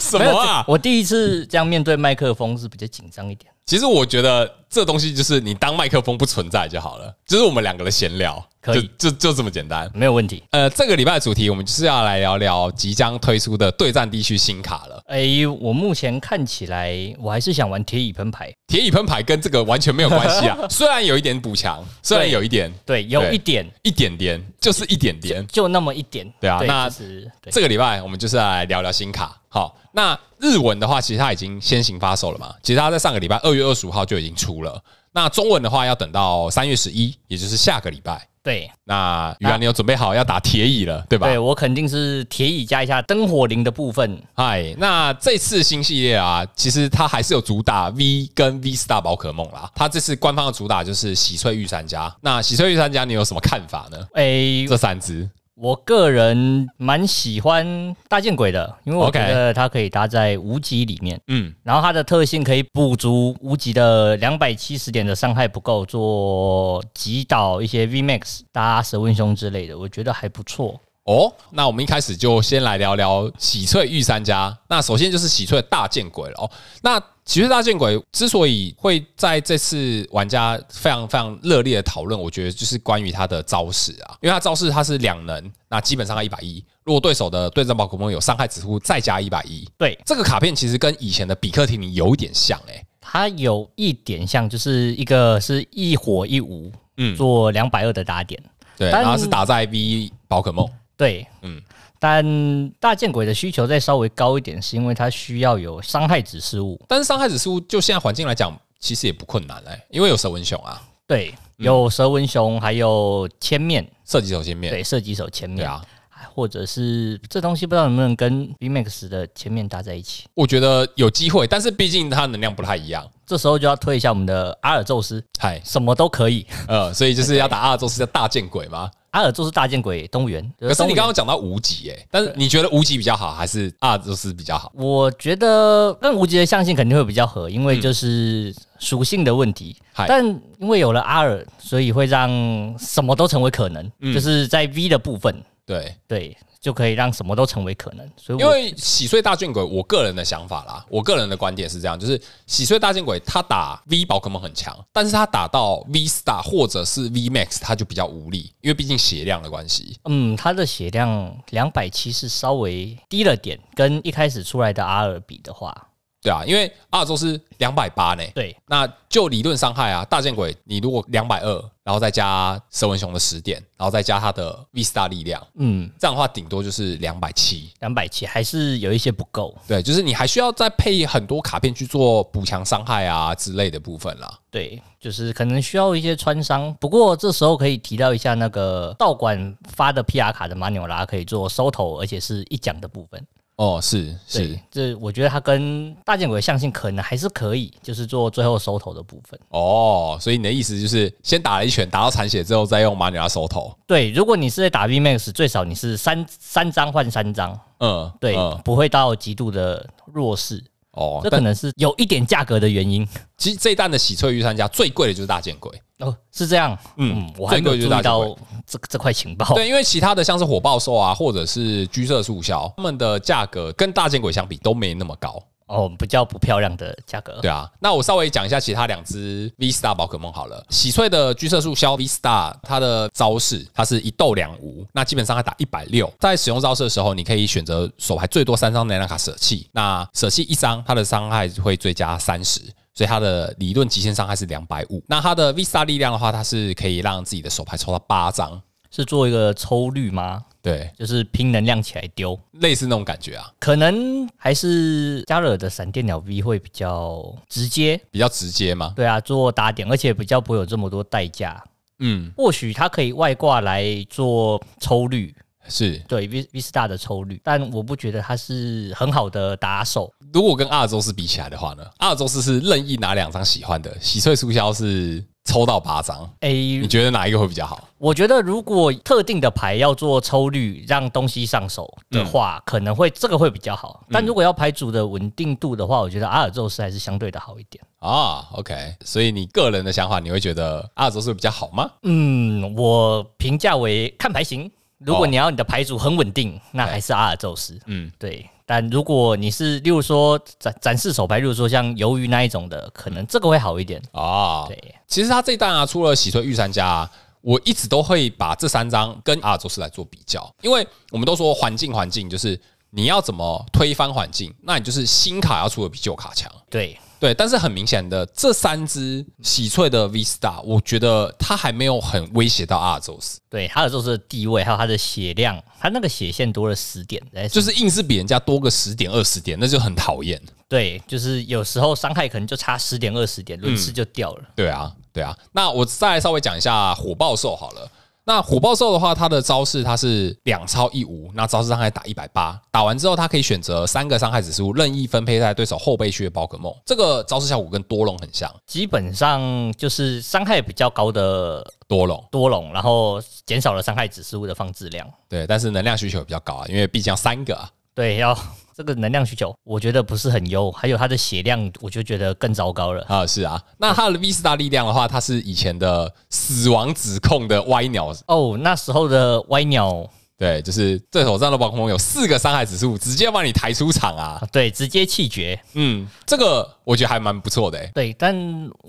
Speaker 1: 什
Speaker 3: 没
Speaker 1: 么
Speaker 3: 有
Speaker 1: 啊？
Speaker 3: 我第一次这样面对麦克风是比较紧张一点，
Speaker 1: 其实我觉得这东西就是你当麦克风不存在就好了，就是我们两个的闲聊，
Speaker 3: 可以
Speaker 1: 就就就这么简单。
Speaker 3: 没有问题。
Speaker 1: 呃，这个礼拜的主题我们就是要来聊聊即将推出的对战地区新卡了。
Speaker 3: 哎、我目前看起来我还是想玩铁椅喷牌，
Speaker 1: 铁椅喷牌跟这个完全没有关
Speaker 3: [laughs]
Speaker 1: 系啊，虽然有一点补强，虽然有一点
Speaker 3: 对，有
Speaker 1: 对
Speaker 3: 一点，
Speaker 1: 一点点，就是一点点。
Speaker 3: 就那么一点。
Speaker 1: 对啊那
Speaker 3: 就是对
Speaker 1: 这个礼拜我们就是来聊聊新卡。好，那日文的话，其实它已经先行发售了嘛，其实它在上个礼拜二月二十五号就已经出了。那中文的话，要等到三月十一，也就是下个礼拜。
Speaker 3: 对
Speaker 1: 那于然，你有准备好要打铁椅了，对吧？
Speaker 3: 对，我肯定是铁椅加一下灯火铃的部分。
Speaker 1: 嗨，那这次新系列啊，其实它还是有主打 V 跟 V Star 宝可梦啦。它这次官方的主打就是喜翠御三家。那喜翠御三家，你有什么看法呢？
Speaker 3: 哎、
Speaker 1: 这三只
Speaker 3: 我个人蛮喜欢大剑鬼的，因为我
Speaker 1: OK
Speaker 3: 觉得它可以搭在无极里面。
Speaker 1: 嗯，
Speaker 3: 然后它的特性可以补足无极的两百七十点的伤害不够，做击倒一些 VMAX 搭蛇纹胸之类的，我觉得还不错。
Speaker 1: 哦，那我们一开始就先来聊聊喜翠御三家。那首先就是喜翠大见鬼了哦。那喜翠大见鬼之所以会在这次玩家非常非常热烈的讨论，我觉得就是关于它的招式啊，因为它招式它是两能，那基本上它一百一。如果对手的对战宝可梦有伤害指数，再加一百一。
Speaker 3: 对，
Speaker 1: 这个卡片其实跟以前的比克提尼有一点像欸诶、
Speaker 3: 它有一点像，就是一个是一火一无，
Speaker 1: 嗯
Speaker 3: 做两百二的打点。
Speaker 1: 对，
Speaker 3: 但
Speaker 1: 然后它是打在 V 宝可梦，
Speaker 3: 对，
Speaker 1: 嗯
Speaker 3: 嗯，但大剑鬼的需求再稍微高一点，是因为它需要有伤害指示物。
Speaker 1: 但是伤害指数就现在环境来讲，其实也不困难诶、因为有蛇纹熊啊，
Speaker 3: 嗯对，有蛇纹熊，还有千面，
Speaker 1: 射击手先面，
Speaker 3: 对，射击手千面。
Speaker 1: 对啊，
Speaker 3: 哎或者是这东西不知道能不能跟 VMAX 的前面搭在一起。
Speaker 1: 我觉得有机会，但是毕竟它能量不太一样，
Speaker 3: 这时候就要推一下我们的阿尔宙斯，
Speaker 1: 嗨，
Speaker 3: 什么都可以。
Speaker 1: 呃，所以就是要打阿尔宙斯的大见鬼吗？
Speaker 3: 阿尔宙斯大见鬼，动物园。
Speaker 1: 可是
Speaker 3: 动物
Speaker 1: 你
Speaker 3: 园
Speaker 1: 刚刚讲到无极，哎，但是你觉得无极比较好，还是阿尔宙斯比较好？
Speaker 3: 我觉得跟无极的象性肯定会比较合，因为就是属性的问题。
Speaker 1: 嗯嗨
Speaker 3: 但因为有了阿尔，所以会让什么都成为可能，
Speaker 1: 嗯
Speaker 3: 就是在 V 的部分，
Speaker 1: 对，
Speaker 3: 对，就可以让什么都成为可能。所以
Speaker 1: 因
Speaker 3: 我
Speaker 1: 为洗碎大见鬼，我个人的想法啦，我个人的观点是这样，就是洗碎大见鬼，他打 V 宝可梦很强，但是他打到 V Star 或者是 V Max，他就比较无力，因为毕竟血量的关系。
Speaker 3: 嗯，它的血量两百七是稍微低了点，跟一开始出来的阿尔比的话，
Speaker 1: 对啊，因为阿尔宙斯两百八呢，
Speaker 3: 对，
Speaker 1: 那就理论伤害啊，大见鬼，你如果两百二，然后再加蛇文熊的十点，然后再加他的 V Star 力量，
Speaker 3: 嗯，
Speaker 1: 这样的话顶多就是两百七。
Speaker 3: 两百七还是有一些不够。
Speaker 1: 对，就是你还需要再配很多卡片去做补强伤害啊之类的部分啦。
Speaker 3: 对，就是可能需要一些穿伤。不过这时候可以提到一下那个道馆发的 PR 卡的马纽拉可以做收头，而且是一奖的部分。
Speaker 1: 哦，是是
Speaker 3: 对，，这我觉得它跟大剑鬼的象性可能还是可以，就是做最后收头的部分。
Speaker 1: 哦，所以你的意思就是先打了一拳，打到残血之后，再用马里拉收头。
Speaker 3: 对，如果你是在打 VMAX，最少你是三三张换三张，
Speaker 1: 嗯，
Speaker 3: 对，
Speaker 1: 嗯
Speaker 3: 不会到极度的弱势。
Speaker 1: 哦
Speaker 3: 这，可
Speaker 1: 但
Speaker 3: 能是有一点价格的原因。
Speaker 1: 其实这一弹的洗翠御三家最贵的就是大剑鬼。
Speaker 3: 哦，是这样，
Speaker 1: 嗯
Speaker 3: 嗯，我还没有
Speaker 1: 这个就是
Speaker 3: 注
Speaker 1: 大
Speaker 3: 意
Speaker 1: 剑
Speaker 3: 到
Speaker 1: 鬼
Speaker 3: 这这块情报。
Speaker 1: 对，因为其他的像是火爆兽啊，或者是居色速效，它们的价格跟大剑鬼相比都没那么高。
Speaker 3: 哦，比较不漂亮的价格。
Speaker 1: 对啊，那我稍微讲一下其他两只 V Star 宝可梦好了。喜翠的居色树骁 V Star，它的招式它是一斗两无，那基本上它打一百六。在使用招式的时候，你可以选择手牌最多三张能量卡舍弃，那舍弃一张，它的伤害会追加三十。所以它的理论极限伤害是两百五，那它的 V Star 力量的话，它是可以让自己的手牌抽到八张，
Speaker 3: 是做一个抽率吗？
Speaker 1: 对，
Speaker 3: 就是拼能量起来丢，
Speaker 1: 类似那种感觉啊，
Speaker 3: 可能还是加勒尔的闪电鸟 V 会比较直接，
Speaker 1: 比较直接嘛。
Speaker 3: 对啊，做打点，而且比较不会有这么多代价。
Speaker 1: 嗯，
Speaker 3: 或许它可以外挂来做抽率，
Speaker 1: 是。
Speaker 3: 对 V V Star 的抽率，但我不觉得它是很好的打手。
Speaker 1: 如果跟阿尔宙斯比起来的话呢，阿尔宙斯是任意拿两张喜欢的，喜翠促销是抽到八张，
Speaker 3: 诶、
Speaker 1: 你觉得哪一个会比较好？
Speaker 3: 我觉得如果特定的牌要做抽率，让东西上手的话，可能会这个会比较好。但如果要牌组的稳定度的话，我觉得阿尔宙斯还是相对的好一点。
Speaker 1: 啊，OK，所以你个人的想法，你会觉得阿尔宙斯比较好吗？
Speaker 3: 嗯，我评价为看牌型。如果
Speaker 1: 哦
Speaker 3: 你要你的牌组很稳定，那
Speaker 1: 对
Speaker 3: 还是阿尔宙斯。
Speaker 1: 嗯，
Speaker 3: 对，但如果你是例如说展展示手牌，例如说像鱿鱼那一种的，可能这个会好一点。
Speaker 1: 啊，
Speaker 3: 对，
Speaker 1: 其实他这一弹啊，除了喜翠御三家、啊，我一直都会把这三张跟阿尔宙斯来做比较，因为我们都说环境环境就是你要怎么推翻环境，那你就是新卡要出的比旧卡强。
Speaker 3: 对，
Speaker 1: 对，但是很明显的，这三只喜翠的 V Star，我觉得它还没有很威胁到阿尔宙斯，
Speaker 3: 对，阿尔宙斯的地位还有他的血量，他那个血线多了十点，哎
Speaker 1: 就是硬是比人家多个十点二十点，那就很讨厌。
Speaker 3: 对，就是有时候伤害可能就差十点二十点，轮次就掉了。
Speaker 1: 对啊，对啊。那我再来稍微讲一下火爆兽好了。那火爆兽的话，它的招式它是两超一无，那招式伤害打一百八，打完之后它可以选择三个伤害指数任意分配在对手后背区的宝可梦。这个招式效果跟多隆很像，
Speaker 3: 基本上就是伤害比较高的
Speaker 1: 多隆
Speaker 3: 多龙，然后减少了伤害指数的放置量。
Speaker 1: 对，但是能量需求也比较高啊，因为毕竟要三个啊。
Speaker 3: 对，要 [laughs] 这个能量需求，我觉得不是很优，还有它的血量，我就觉得更糟糕了。
Speaker 1: 啊，是啊，那它的 V Star 力量的话，它是以前的死亡指控的歪鸟，
Speaker 3: 哦，那时候的歪鸟
Speaker 1: 对，就是对手战斗宝可梦有四个伤害指数，直接把你抬出场啊
Speaker 3: 啊，。对，直接气绝。
Speaker 1: [laughs] 嗯，这个我觉得还蛮不错的、欸，
Speaker 3: 对，但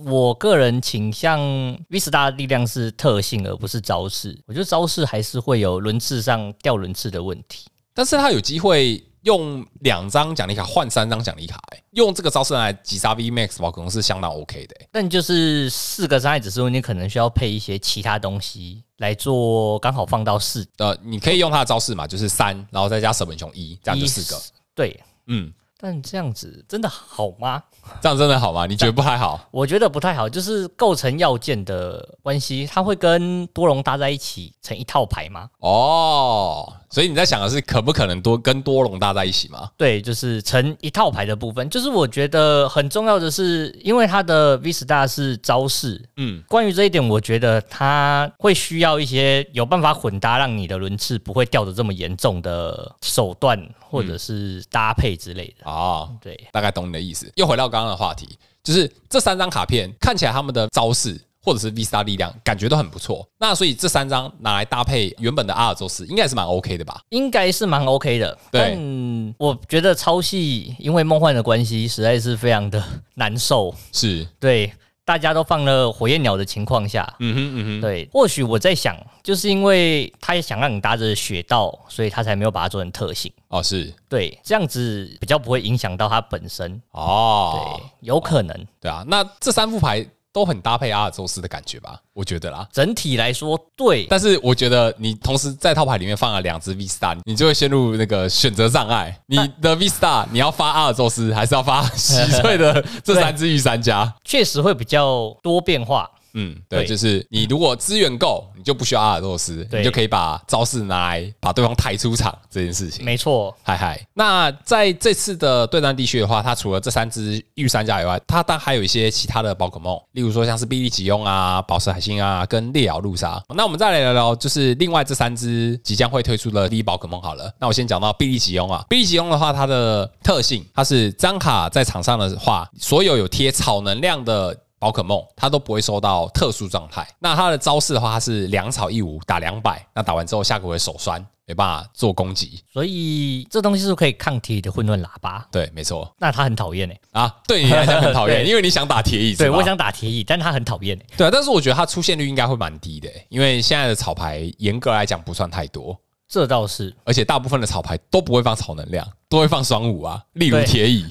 Speaker 3: 我个人倾向 V Star 的力量是特性，而不是招式。我觉得招式还是会有轮次上掉轮次的问题。
Speaker 1: 但是它有机会用两张奖励卡换三张奖励卡、欸，用这个招式来击杀 V Max 宝可梦是相当 OK 的、欸。
Speaker 3: 但就是四个伤害指数，你可能需要配一些其他东西来做，刚好放到四
Speaker 1: 呃，你可以用它的招式嘛，就是三，然后再加蛇本熊一，这样就四个。。
Speaker 3: 对，
Speaker 1: 嗯，
Speaker 3: 但这样子真的好吗？
Speaker 1: 这样真的好吗？你觉得不太好？
Speaker 3: 我觉得不太好，就是构成要件的关系，它会跟多隆搭在一起成一套牌吗？
Speaker 1: 哦，所以你在想的是可不可能多跟多龙搭在一起吗？
Speaker 3: 对，就是成一套牌的部分，就是我觉得很重要的是，因为它的 V Star 是招式，
Speaker 1: 嗯，
Speaker 3: 关于这一点，我觉得它会需要一些有办法混搭，让你的轮次不会掉的这么严重的手段或者是搭配之类的。
Speaker 1: 哦，
Speaker 3: 嗯对，
Speaker 1: 大概懂你的意思。又回到刚刚的话题，就是这三张卡片看起来他们的招式或者是 V Star 力量感觉都很不错，那所以这三张拿来搭配原本的阿尔宙斯，应该也是蛮 OK 的吧？
Speaker 3: 应该是蛮 OK 的。
Speaker 1: 对
Speaker 3: 但我觉得超系因为梦幻的关系，实在是非常的难受。
Speaker 1: 是，
Speaker 3: 对，大家都放了火焰鸟的情况下，
Speaker 1: 嗯哼嗯哼，
Speaker 3: 对，或许我在想，就是因为他也想让你搭着雪道，所以他才没有把它做成特性。
Speaker 1: 哦是，
Speaker 3: 对，这样子比较不会影响到它本身。对
Speaker 1: 哦，，
Speaker 3: 有可能。
Speaker 1: 对啊，那这三副牌都很搭配阿尔宙斯的感觉吧？我觉得啦。
Speaker 3: 整体来说，对，
Speaker 1: 但是我觉得你同时在套牌里面放了两只 V Star，你就会陷入那个选择障碍。你的 V Star 你要发阿尔宙斯，还是要发 [laughs] 喜翠的这三只御三家？
Speaker 3: 确实会比较多变化。
Speaker 1: 嗯，对，
Speaker 3: 对
Speaker 1: 就是你如果资源够，你就不需要阿尔宙斯，
Speaker 3: 对
Speaker 1: 你就可以把招式拿来把对方抬出场这件事情。
Speaker 3: 没错，
Speaker 1: 嗨嗨，那在这次的对战地区的话，它除了这三只御三家以外，它当然还有一些其他的宝可梦，例如说像是比利吉翁啊、宝石海星啊、跟烈咬露莎。那我们再来聊聊，就是另外这三只即将会推出的第一宝可梦好了。那我先讲到比利吉翁啊，比利吉翁的话，它的特性，它是张卡在场上的话，所有有贴草能量的宝可梦，它都不会收到特殊状态。那它的招式的话，它是两草一无打两百，那打完之后下个回手酸，没办法做攻击。
Speaker 3: 所以这东西是可以抗体的混乱喇叭，
Speaker 1: 对，没错。
Speaker 3: 那他很讨厌哎。
Speaker 1: 啊，对你来讲很讨厌，
Speaker 3: [laughs] 对
Speaker 1: 因为你想打铁椅子
Speaker 3: 对，
Speaker 1: 嘛。
Speaker 3: 我想打铁椅，但他很讨厌哎。
Speaker 1: 对啊，但是我觉得它出现率应该会蛮低的欸，因为现在的草牌严格来讲不算太多，
Speaker 3: 这
Speaker 1: [laughs]
Speaker 3: 倒是，
Speaker 1: 而且大部分的草牌都不会放草能量，都会放双五啊，例如
Speaker 3: 对
Speaker 1: 铁椅。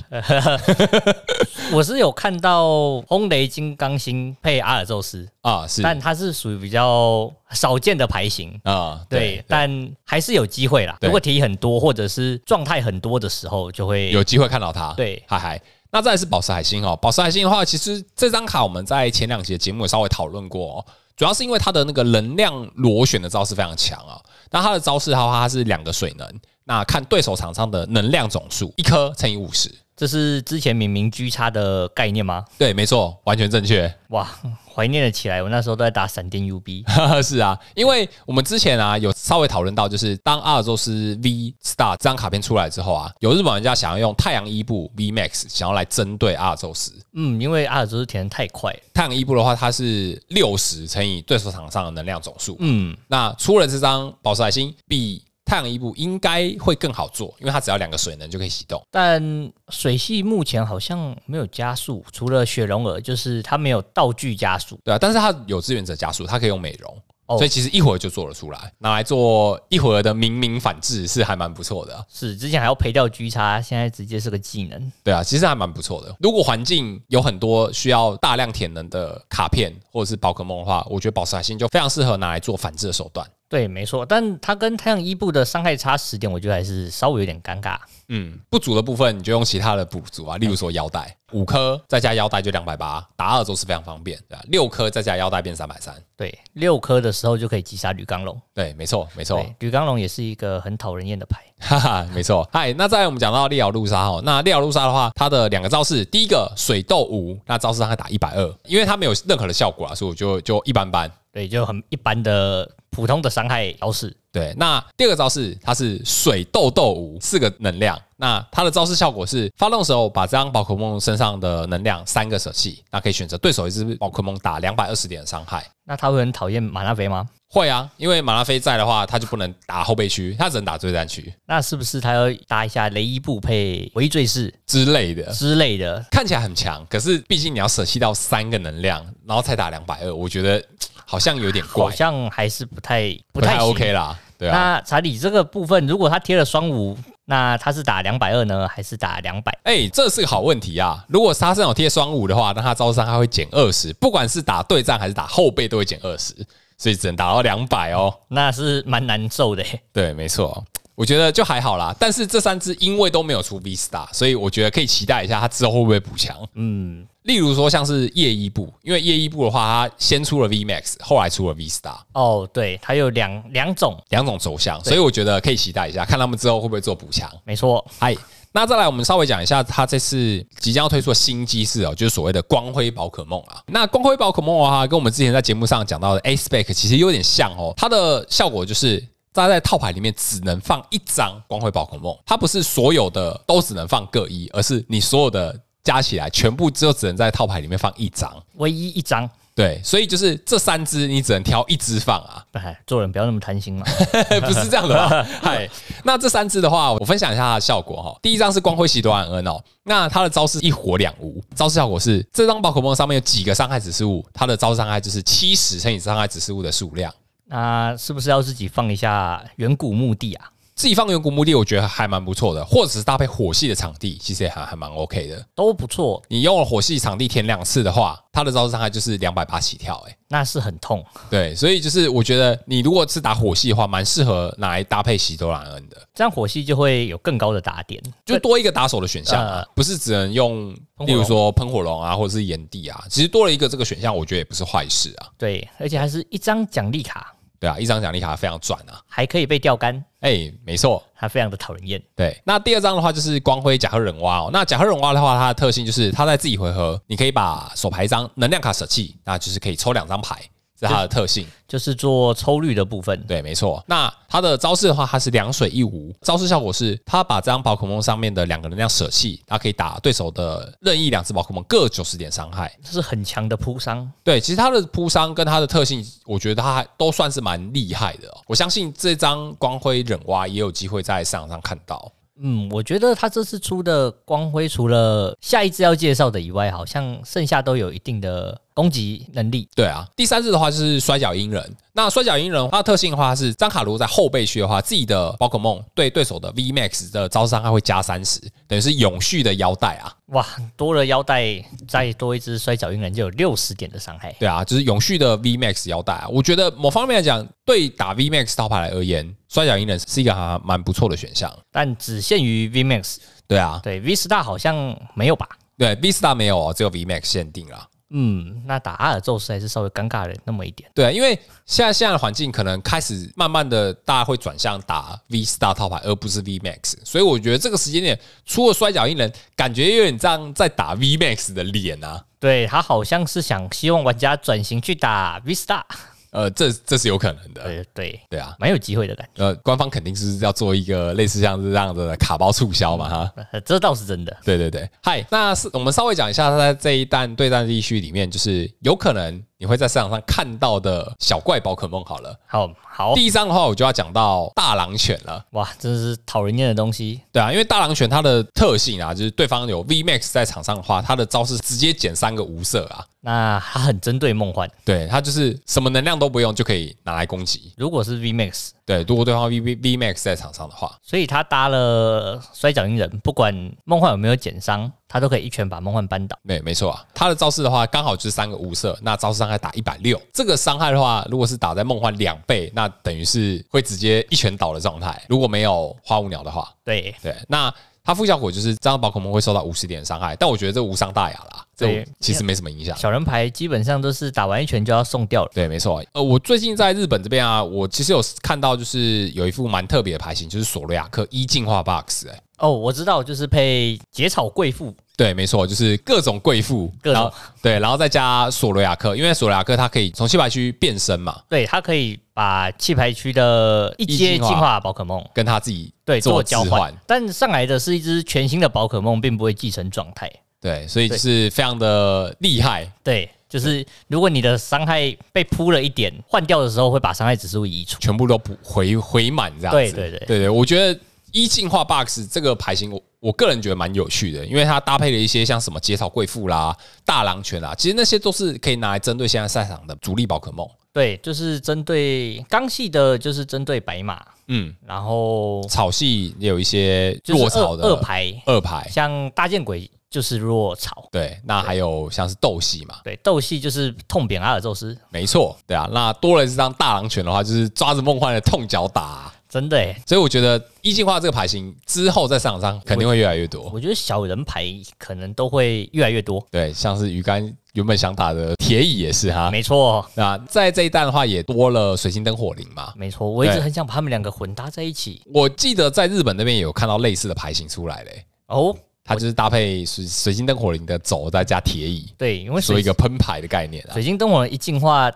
Speaker 3: 我是有看到轰雷金刚星配阿尔宙斯，
Speaker 1: 啊，是
Speaker 3: 呃但它是属于比较少见的牌型。
Speaker 1: 啊，
Speaker 3: 对，但还是有机会啦。
Speaker 1: 对
Speaker 3: 如果铁椅很多，或者是状态很多的时候，就会
Speaker 1: 有机会看到它。
Speaker 3: 对
Speaker 1: 嗨嗨。那再来是宝石海星哦，宝石海星的话，其实这张卡我们在前两期的节目也稍微讨论过哦，主要是因为它的那个能量螺旋的招式非常强啊、那它的招式的话，它是两个水能，那看对手场上的能量总数，一颗乘以五十。
Speaker 3: 这是之前明明居差的概念吗？
Speaker 1: 对，没错，完全正确。 [laughs]
Speaker 3: 哇，怀念了起来。我那时候都在打闪电 UB，
Speaker 1: 是啊，因为我们之前啊有稍微讨论到，就是当阿尔宙斯 V Star 这张卡片出来之后啊，有日本玩家想要用太阳伊布 V Max 想要来针对阿尔宙斯。
Speaker 3: 嗯，因为阿尔宙斯填得太快了，
Speaker 1: 太阳伊布的话，它是六十乘以对手场上的能量总数。
Speaker 3: 嗯，
Speaker 1: 那出了这张宝石海星，比太阳伊布应该会更好做，因为它只要两个水能就可以启动。
Speaker 3: 但水系目前好像没有加速，除了雪龙儿，就是它没有道具加速。
Speaker 1: 对啊，但是它有志愿者加速，它可以用美容。
Speaker 3: 哦
Speaker 1: 所以其实一会儿就做了出来，拿来做一会儿的明明反制是还蛮不错的啊、
Speaker 3: 是之前还要赔掉居差，现在直接是个技能。
Speaker 1: 对啊，其实还蛮不错的。如果环境有很多需要大量潜能的卡片或者是宝可梦的话，我觉得宝石海星就非常适合拿来做反制的手段。
Speaker 3: 对，没错，但它跟太阳伊布的伤害差十点，我觉得还是稍微有点尴尬。
Speaker 1: 嗯，不足的部分你就用其他的补足啊，例如说腰带五颗，再加腰带就两百八，打二周是非常方便，对吧、六颗再加腰带变三百三，
Speaker 3: 对，六颗的时候就可以击杀吕刚龙。
Speaker 1: 对，没错，没错。
Speaker 3: 对，吕刚龙也是一个很讨人厌的牌。
Speaker 1: [laughs] 哈哈，没错。嗨，那再来我们讲到烈咬路杀哈，那烈咬路杀的话，它的两个招式，第一个水斗五，那招式让它打一百二，因为它没有任何的效果啊，所以我就就一般般。
Speaker 3: 对，就很一般的普通的伤害招式。
Speaker 1: 对，那第二个招式它是水豆豆舞四个能量，那它的招式效果是发动时候把这张宝可梦身上的能量三个舍弃，那可以选择对手一只宝可梦打两百二十点的伤害。
Speaker 3: 那他会很讨厌马纳菲吗？
Speaker 1: 会啊，因为马拉菲在的话，他就不能打后备区，他只能打对战区
Speaker 3: 那是不是他要搭一下雷伊布配围坠式
Speaker 1: 之类的。
Speaker 3: 之类的？
Speaker 1: 看起来很强，可是毕竟你要舍弃到三个能量，然后才打两百二，我觉得嘖好像有点
Speaker 3: 好
Speaker 1: 怪，
Speaker 3: 像还是不太不
Speaker 1: 不
Speaker 3: 太
Speaker 1: 太
Speaker 3: 行
Speaker 1: OK 啦。对啊，
Speaker 3: 那查理这个部分，如果他贴了双五，那他是打两百二呢，还是打两百？
Speaker 1: 哎、这是个好问题啊！如果杀圣有贴双五的话，那他招伤害会减二十，不管是打对战还是打后背都会减二十，所以只能打到两百哦。
Speaker 3: 那是蛮难受的欸。 [laughs]
Speaker 1: 对，没错。我觉得就还好啦。但是这三支因为都没有出 V Star，所以我觉得可以期待一下它之后会不会补强。
Speaker 3: 嗯，
Speaker 1: 例如说像是夜一部，因为夜一部的话，它先出了 V Max，后来出了 V Star。
Speaker 3: 哦，对，它有两两种，
Speaker 1: 两种走向，所以我觉得可以期待一下，看他们之后会不会做补强。
Speaker 3: 没错，
Speaker 1: 嗨，那再来我们稍微讲一下它这次即将要推出的新机制哦，就是所谓的光辉宝可梦啊。那光辉宝可梦啊，跟我们之前在节目上讲到的 A Spec 其实有点像哦，它的效果就是。它在套牌里面只能放一张光辉宝可梦，它不是所有的都只能放各一，而是你所有的加起来全部就只能在套牌里面放一张。
Speaker 3: 唯一一张。
Speaker 1: 对，所以就是这三只你只能挑一只放啊。
Speaker 3: 哎，做人不要那么贪心嘛。 [laughs]
Speaker 1: [laughs] 不是这样的吧？嗨，那这三支的话，我分享一下它的效果哈。第一张是光辉喜多安恩哦，那它的招式一火两无，招式效果是这张宝可梦上面有几个伤害指示物，它的招式伤害就是七十乘以伤害指示物的数量。
Speaker 3: 那是不是要自己放一下远古墓地啊？
Speaker 1: 自己放远古墓地，我觉得还蛮不错的，或者是搭配火系的场地，其实也还还蛮 OK 的。
Speaker 3: 都不错，
Speaker 1: 你用了火系场地填两次的话，它的招式伤害就是两百八起跳、欸，
Speaker 3: 那是很痛。
Speaker 1: 对，所以就是我觉得你如果是打火系的话，蛮适合拿来搭配喜多兰恩的。
Speaker 3: 这样火系就会有更高的打点。
Speaker 1: 就多一个打手的选项啊、
Speaker 3: 呃
Speaker 1: 不是只能用，
Speaker 3: 火龙
Speaker 1: 例如说喷火龙啊，或者是炎帝啊，其实多了一个这个选项，我觉得也不是坏事啊。
Speaker 3: 对，而且还是一张奖励卡，
Speaker 1: 对啊，一张奖励卡非常赚啊。
Speaker 3: 还可以被钓竿，
Speaker 1: 哎、没错，
Speaker 3: 它非常的讨人厌。
Speaker 1: 对。那第二张的话就是光辉甲贺忍蛙哦。那甲贺忍蛙的话，它的特性就是它在自己回合，你可以把手牌一张能量卡舍弃，那就是可以抽两张牌，这是它的特性。
Speaker 3: 就是做抽率的部分，
Speaker 1: 对，没错。那它的招式的话，它是两水一无，招式效果是它把这张宝可梦上面的两个能量舍弃，它可以打对手的任意两只宝可梦各九十点伤害。
Speaker 3: 这是很强的扑伤。
Speaker 1: 对，其实它的扑伤跟它的特性，我觉得它还都算是蛮厉害的、哦。我相信这张光辉忍蛙也有机会在市场上看到。
Speaker 3: 嗯，我觉得他这次出的光辉，除了下一支要介绍的以外，好像剩下都有一定的攻击能力。
Speaker 1: 对啊，第三只的话就是摔角鹰人。那摔角鹰人它的特性的话是，张卡如果在后背区的话，自己的宝可梦对对手的 V Max 的招伤害会加三十，等于是永续的腰带啊。
Speaker 3: 哇，多了腰带，再多一只摔跤鹰人就有六十点的伤害。
Speaker 1: 对啊，就是永续的 V Max 腰带啊。我觉得某方面来讲，对打 V Max 套牌来而言，摔角鹰人是一个还蛮不错的选项。
Speaker 3: 但只限于 V Max，
Speaker 1: 对啊，
Speaker 3: 对 V Star 好像没有吧？
Speaker 1: 对 V Star 没有哦，只有 V Max 限定啦。
Speaker 3: 嗯，那打阿尔宙斯还是稍微尴尬了那么一点。
Speaker 1: 对，因为现在现在的环境可能开始慢慢的，大家会转向打 V Star 套牌，而不是 V Max，所以我觉得这个时间点，除了摔角硬人，感觉有点像在打 V Max 的脸啊。
Speaker 3: 对他好像是想希望玩家转型去打 V Star，
Speaker 1: 呃，这这是有可能的，
Speaker 3: 呃，对，
Speaker 1: 对啊。
Speaker 3: 蛮有机会的感
Speaker 1: 呃，官方肯定是要做一个类似像是这样的卡包促销嘛，哈。
Speaker 3: 觉，呃这倒是真的。
Speaker 1: 对对对，嗨，那是我们稍微讲一下，它在这一弹对战地区里面，就是有可能你会在市场上看到的小怪宝可梦。好了，
Speaker 3: 好好
Speaker 1: 第一张的话，我就要讲到大狼犬了。
Speaker 3: 哇，真是讨人厌的东西。
Speaker 1: 对啊，因为大狼犬它的特性啊，就是对方有 V Max 在场上的话，它的招式直接减三个无色啊。
Speaker 3: 那它很针对梦幻，
Speaker 1: 对，它就是什么能量都不用就可以拿来攻击。
Speaker 3: 如果是 V Max，
Speaker 1: 对，如果对方 V V V Max 在场上的话，
Speaker 3: 所以他搭了摔跤鹰人，不管梦幻有没有减伤，他都可以一拳把梦幻扳倒。
Speaker 1: 对，没错啊。它的招式的话，刚好就是三个无色，那招式伤害打一百六，这个伤害的话，如果是打在梦幻两倍，那等于是会直接一拳倒的状态。如果没有花无鸟的话，
Speaker 3: 对，
Speaker 1: 对，那它副效果就是这张宝可梦会受到五十点伤害，但我觉得这无伤大雅啦，这
Speaker 3: 对
Speaker 1: 其实没什么影响。
Speaker 3: 小人牌基本上都是打完一拳就要送掉了。
Speaker 1: 对，没错。呃，我最近在日本这边啊，我其实有看到，就是有一副蛮特别的牌型，就是索罗亚克一进化 box、哎，
Speaker 3: 哦，我知道，就是配结草贵妇，
Speaker 1: 对，没错，就是各种贵妇，
Speaker 3: 各种
Speaker 1: 然后对，然后再加索罗亚克，因为索罗亚克它可以从七百区变身嘛，
Speaker 3: 对，它可以把弃牌区的一阶
Speaker 1: 一进
Speaker 3: 进
Speaker 1: 化
Speaker 3: 化宝可梦
Speaker 1: 跟他自己
Speaker 3: 对
Speaker 1: 做
Speaker 3: 做
Speaker 1: 置
Speaker 3: 交
Speaker 1: 换
Speaker 3: 换，，但上来的是一只全新的宝可梦，并不会继承状态。
Speaker 1: 对，所以就是非常的厉害。
Speaker 3: 对，就是如果你的伤害被扑了一点，换掉的时候会把伤害指数移除。
Speaker 1: 全部都补回回满这样子。
Speaker 3: 对对对
Speaker 1: 对对，我觉得一进化 box 这个牌型我，我个人觉得蛮有趣的，因为它搭配了一些像什么结草贵妇啦、大狼犬啦，其实那些都是可以拿来针对现在赛场的主力宝可梦。
Speaker 3: 对，就是针对刚系的，就是针对白马，
Speaker 1: 嗯，
Speaker 3: 然后
Speaker 1: 草系也有一些
Speaker 3: 就是
Speaker 1: 弱草
Speaker 3: 二
Speaker 1: 的
Speaker 3: 二排，
Speaker 1: 二排，
Speaker 3: 像大剑鬼就是弱草，
Speaker 1: 对，那还有像是斗系嘛，
Speaker 3: 对，斗系就是痛扁阿尔宙斯，
Speaker 1: 没错，对啊，那多了这张大狼犬的话，就是抓着梦幻的痛脚打啊、
Speaker 3: 真的欸耶。
Speaker 1: 所以我觉得一进化这个牌型之后，在市场上肯定会越来越多。
Speaker 3: 我觉得小人牌可能都会越来越多，
Speaker 1: 对，像是鱼竿原本想打的铁椅也是哈。
Speaker 3: 没错，
Speaker 1: 那在这一弹的话，也多了水星灯火灵嘛。
Speaker 3: 没错。我一直
Speaker 1: 对
Speaker 3: 很想把他们两个混搭在一起
Speaker 1: 我记得在日本那边也有看到类似的牌型出来嘞、
Speaker 3: 哦。
Speaker 1: 它就是搭配水水星灯火灵的轴，再加铁椅，
Speaker 3: 对，因为
Speaker 1: 做
Speaker 3: 水
Speaker 1: 一个喷牌的概念啊
Speaker 3: 水。晶灯火一进化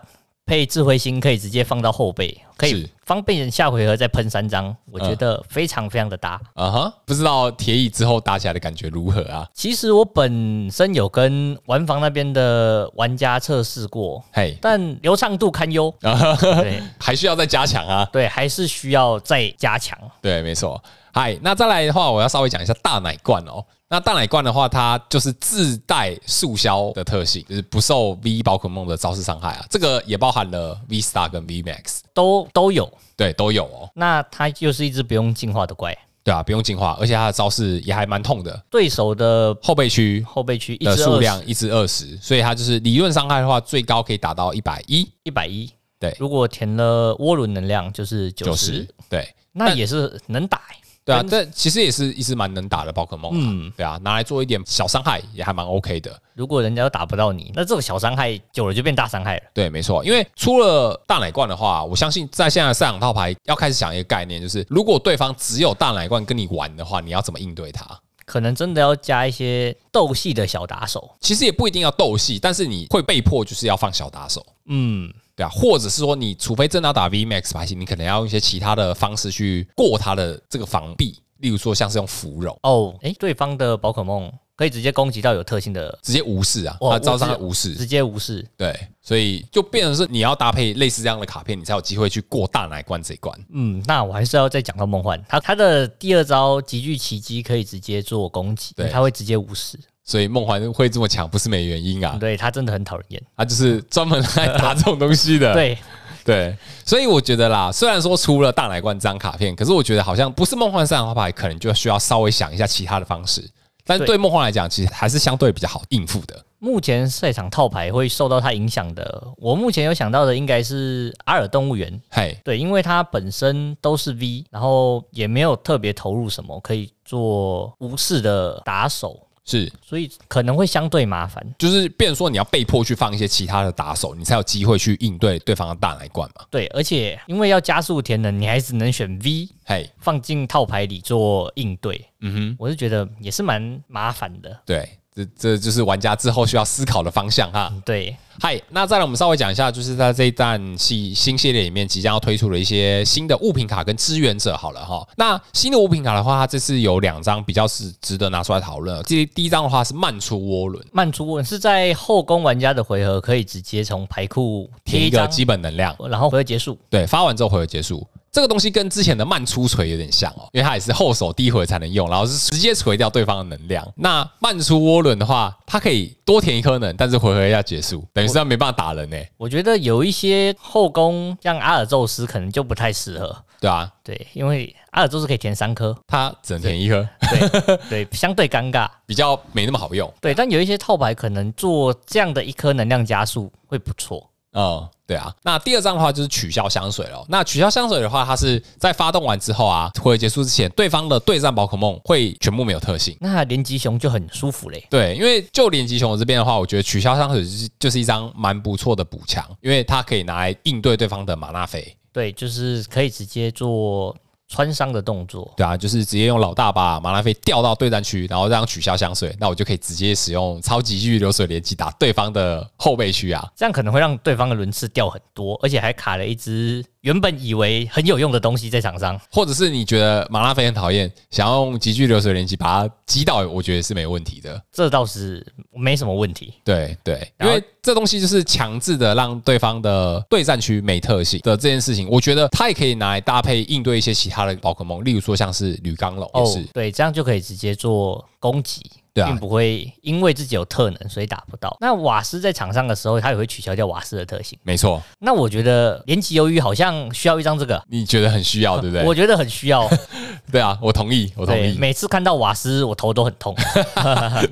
Speaker 3: 配智慧星，可以直接放到后背，可以
Speaker 1: 是嗯
Speaker 3: 方便下回合再喷三张，我觉得非常非常的搭。
Speaker 1: 啊哈，不知道铁椅之后打起来的感觉如何啊？
Speaker 3: 其实我本身有跟玩房那边的玩家测试过，
Speaker 1: 嘿，
Speaker 3: 但流畅度堪
Speaker 1: [laughs]
Speaker 3: 忧，对
Speaker 1: 还需要再加强啊。
Speaker 3: 对，还是需要再加强。
Speaker 1: 对，没错。嗨，那再来的话，我要稍微讲一下大奶罐哦。那大奶罐的话，它就是自带速消的特性，就是不受 V 宝可梦的招式伤害啊。这个也包含了 V Star 跟 V Max，
Speaker 3: 都都有。
Speaker 1: 对，都有哦。
Speaker 3: 那它就是一只不用进化的怪，
Speaker 1: 对啊，不用进化，而且它的招式也还蛮痛的，
Speaker 3: 对手的
Speaker 1: 后背区
Speaker 3: 后备区一
Speaker 1: 的
Speaker 3: 只
Speaker 1: 数量一至二十，所以它就是理论伤害的话，最高可以达到一百一
Speaker 3: 一百一，
Speaker 1: 对
Speaker 3: 如果填了涡轮能量就是
Speaker 1: 九
Speaker 3: 九
Speaker 1: 十
Speaker 3: 十，，
Speaker 1: 对。
Speaker 3: 那也是能打欸、
Speaker 1: 对啊，但其实也是一只蛮能打的宝可梦，嗯，对啊，拿来做一点小伤害也还蛮 OK 的。
Speaker 3: 如果人家都打不到你，那这种小伤害久了就变大伤害了。
Speaker 1: 对，没错，因为出了大奶罐的话，我相信在现在的赛场套牌要开始想一个概念，就是如果对方只有大奶罐跟你玩的话，你要怎么应对他？
Speaker 3: 可能真的要加一些斗系的小打手，
Speaker 1: 其实也不一定要斗戏，但是你会被迫就是要放小打手，
Speaker 3: 嗯，
Speaker 1: 对啊，或者是说你除非真的要打 V Max 牌型，你可能要用一些其他的方式去过他的这个防壁，例如说像是用芙蓉
Speaker 3: 哦，诶，对方的宝可梦可以直接攻击到有特性的，
Speaker 1: 直接无视啊，
Speaker 3: 哦
Speaker 1: 他招商
Speaker 3: 我知
Speaker 1: 无视，
Speaker 3: 直接无视。
Speaker 1: 对，所以就变成是你要搭配类似这样的卡片，你才有机会去过大奶关这一关。
Speaker 3: 嗯，那我还是要再讲到梦幻，它它的第二招极具奇迹可以直接做攻击，
Speaker 1: 对
Speaker 3: 它会直接无视，
Speaker 1: 所以梦环会这么强，不是没原因啊，
Speaker 3: 对，它真的很讨人厌。
Speaker 1: 他啊就是专门来打这种东西的。
Speaker 3: 对，
Speaker 1: 对，所以我觉得啦，虽然说出了大奶关这张卡片，可是我觉得好像不是梦幻三的话牌，可能就需要稍微想一下其他的方式。但是
Speaker 3: 对
Speaker 1: 对梦幻来讲，其实还是相对比较好应付的。
Speaker 3: 目前赛场套牌会受到它影响的，我目前有想到的应该是阿尔动物园，
Speaker 1: 嘿，
Speaker 3: 对，因为它本身都是 V，然后也没有特别投入什么可以做无视的打手，
Speaker 1: 是，
Speaker 3: 所以可能会相对麻烦。
Speaker 1: 就是变成说你要被迫去放一些其他的打手，你才有机会去应对对方的大奶罐嘛。
Speaker 3: 对，而且因为要加速填能，你还只能选 V
Speaker 1: 嘿，
Speaker 3: 放进套牌里做应对，
Speaker 1: 嗯哼。
Speaker 3: 我是觉得也是蛮麻烦的。
Speaker 1: 对，这这就是玩家之后需要思考的方向哈。
Speaker 3: 对，
Speaker 1: 嗨，那再来我们稍微讲一下，就是在这一弹系新系列里面即将要推出的一些新的物品卡跟支援者好了哈。那新的物品卡的话，它这次有两张比较是值得拿出来讨论的。这第一张的话是慢出涡轮，
Speaker 3: 慢出问是在后宫玩家的回合可以直接从牌库
Speaker 1: 填
Speaker 3: 贴
Speaker 1: 一
Speaker 3: 一
Speaker 1: 个
Speaker 3: 张，
Speaker 1: 基本能量，
Speaker 3: 然后回合结束。
Speaker 1: 对，发完之后回合结束。这个东西跟之前的慢出锤有点像哦，因为它也是后手第一回合才能用，然后是直接锤掉对方的能量。那慢出涡轮的话，它可以多填一颗能，但是回合要结束，等于是它没办法打人呢、
Speaker 3: 我觉得有一些后宫，像阿尔宙斯可能就不太适合，
Speaker 1: 对啊，
Speaker 3: 对，因为阿尔宙斯可以填三
Speaker 1: [laughs]
Speaker 3: 颗，
Speaker 1: 它只能填一颗，
Speaker 3: 对，相对尴尬。
Speaker 1: 比较没那么好用。
Speaker 3: 对，但有一些套牌可能做这样的一颗能量加速会不错。
Speaker 1: 嗯，对啊。那第二张的话就是取消香水了。那取消香水的话，它是在发动完之后啊，回合结束之前，对方的对战宝可梦会全部没有特性。
Speaker 3: 那连吉熊就很舒服嘞。
Speaker 1: 对，因为就连吉熊这边的话，我觉得取消香水就是就是一张蛮不错的补强，因为它可以拿来应对对方的马纳菲。
Speaker 3: 对，就是可以直接做穿伤的动作。
Speaker 1: 对啊，就是直接用老大把马拉菲调到对战区，然后让取消香水，那我就可以直接使用超级巨流水连击打对方的后背区啊。
Speaker 3: 这样可能会让对方的轮次掉很多，而且还卡了一只原本以为很有用的东西在场上。
Speaker 1: 或者是你觉得马拉菲很讨厌，想要用急剧流水连击把它击倒，我觉得是没问题的。
Speaker 3: 这倒是没什么问题。
Speaker 1: 对对，因
Speaker 3: 然后
Speaker 1: 为这东西就是强制的让对方的对战区没特性的这件事情，我觉得它也可以拿来搭配应对一些其他的宝可梦，例如说像是铝钢龙也是。
Speaker 3: 哦对，这样就可以直接做攻击，
Speaker 1: 对啊
Speaker 3: 并不会因为自己有特能所以打不到。那瓦斯在场上的时候，他也会取消掉瓦斯的特性。
Speaker 1: 没错，
Speaker 3: 那我觉得连吉鱿鱼好像需要一张这个，
Speaker 1: 你觉得很需要，对不对？
Speaker 3: 我觉得很需要。
Speaker 1: 对啊，我同意， [laughs] 我同
Speaker 3: 对，
Speaker 1: 意，
Speaker 3: 每次看到瓦斯，我头都很痛。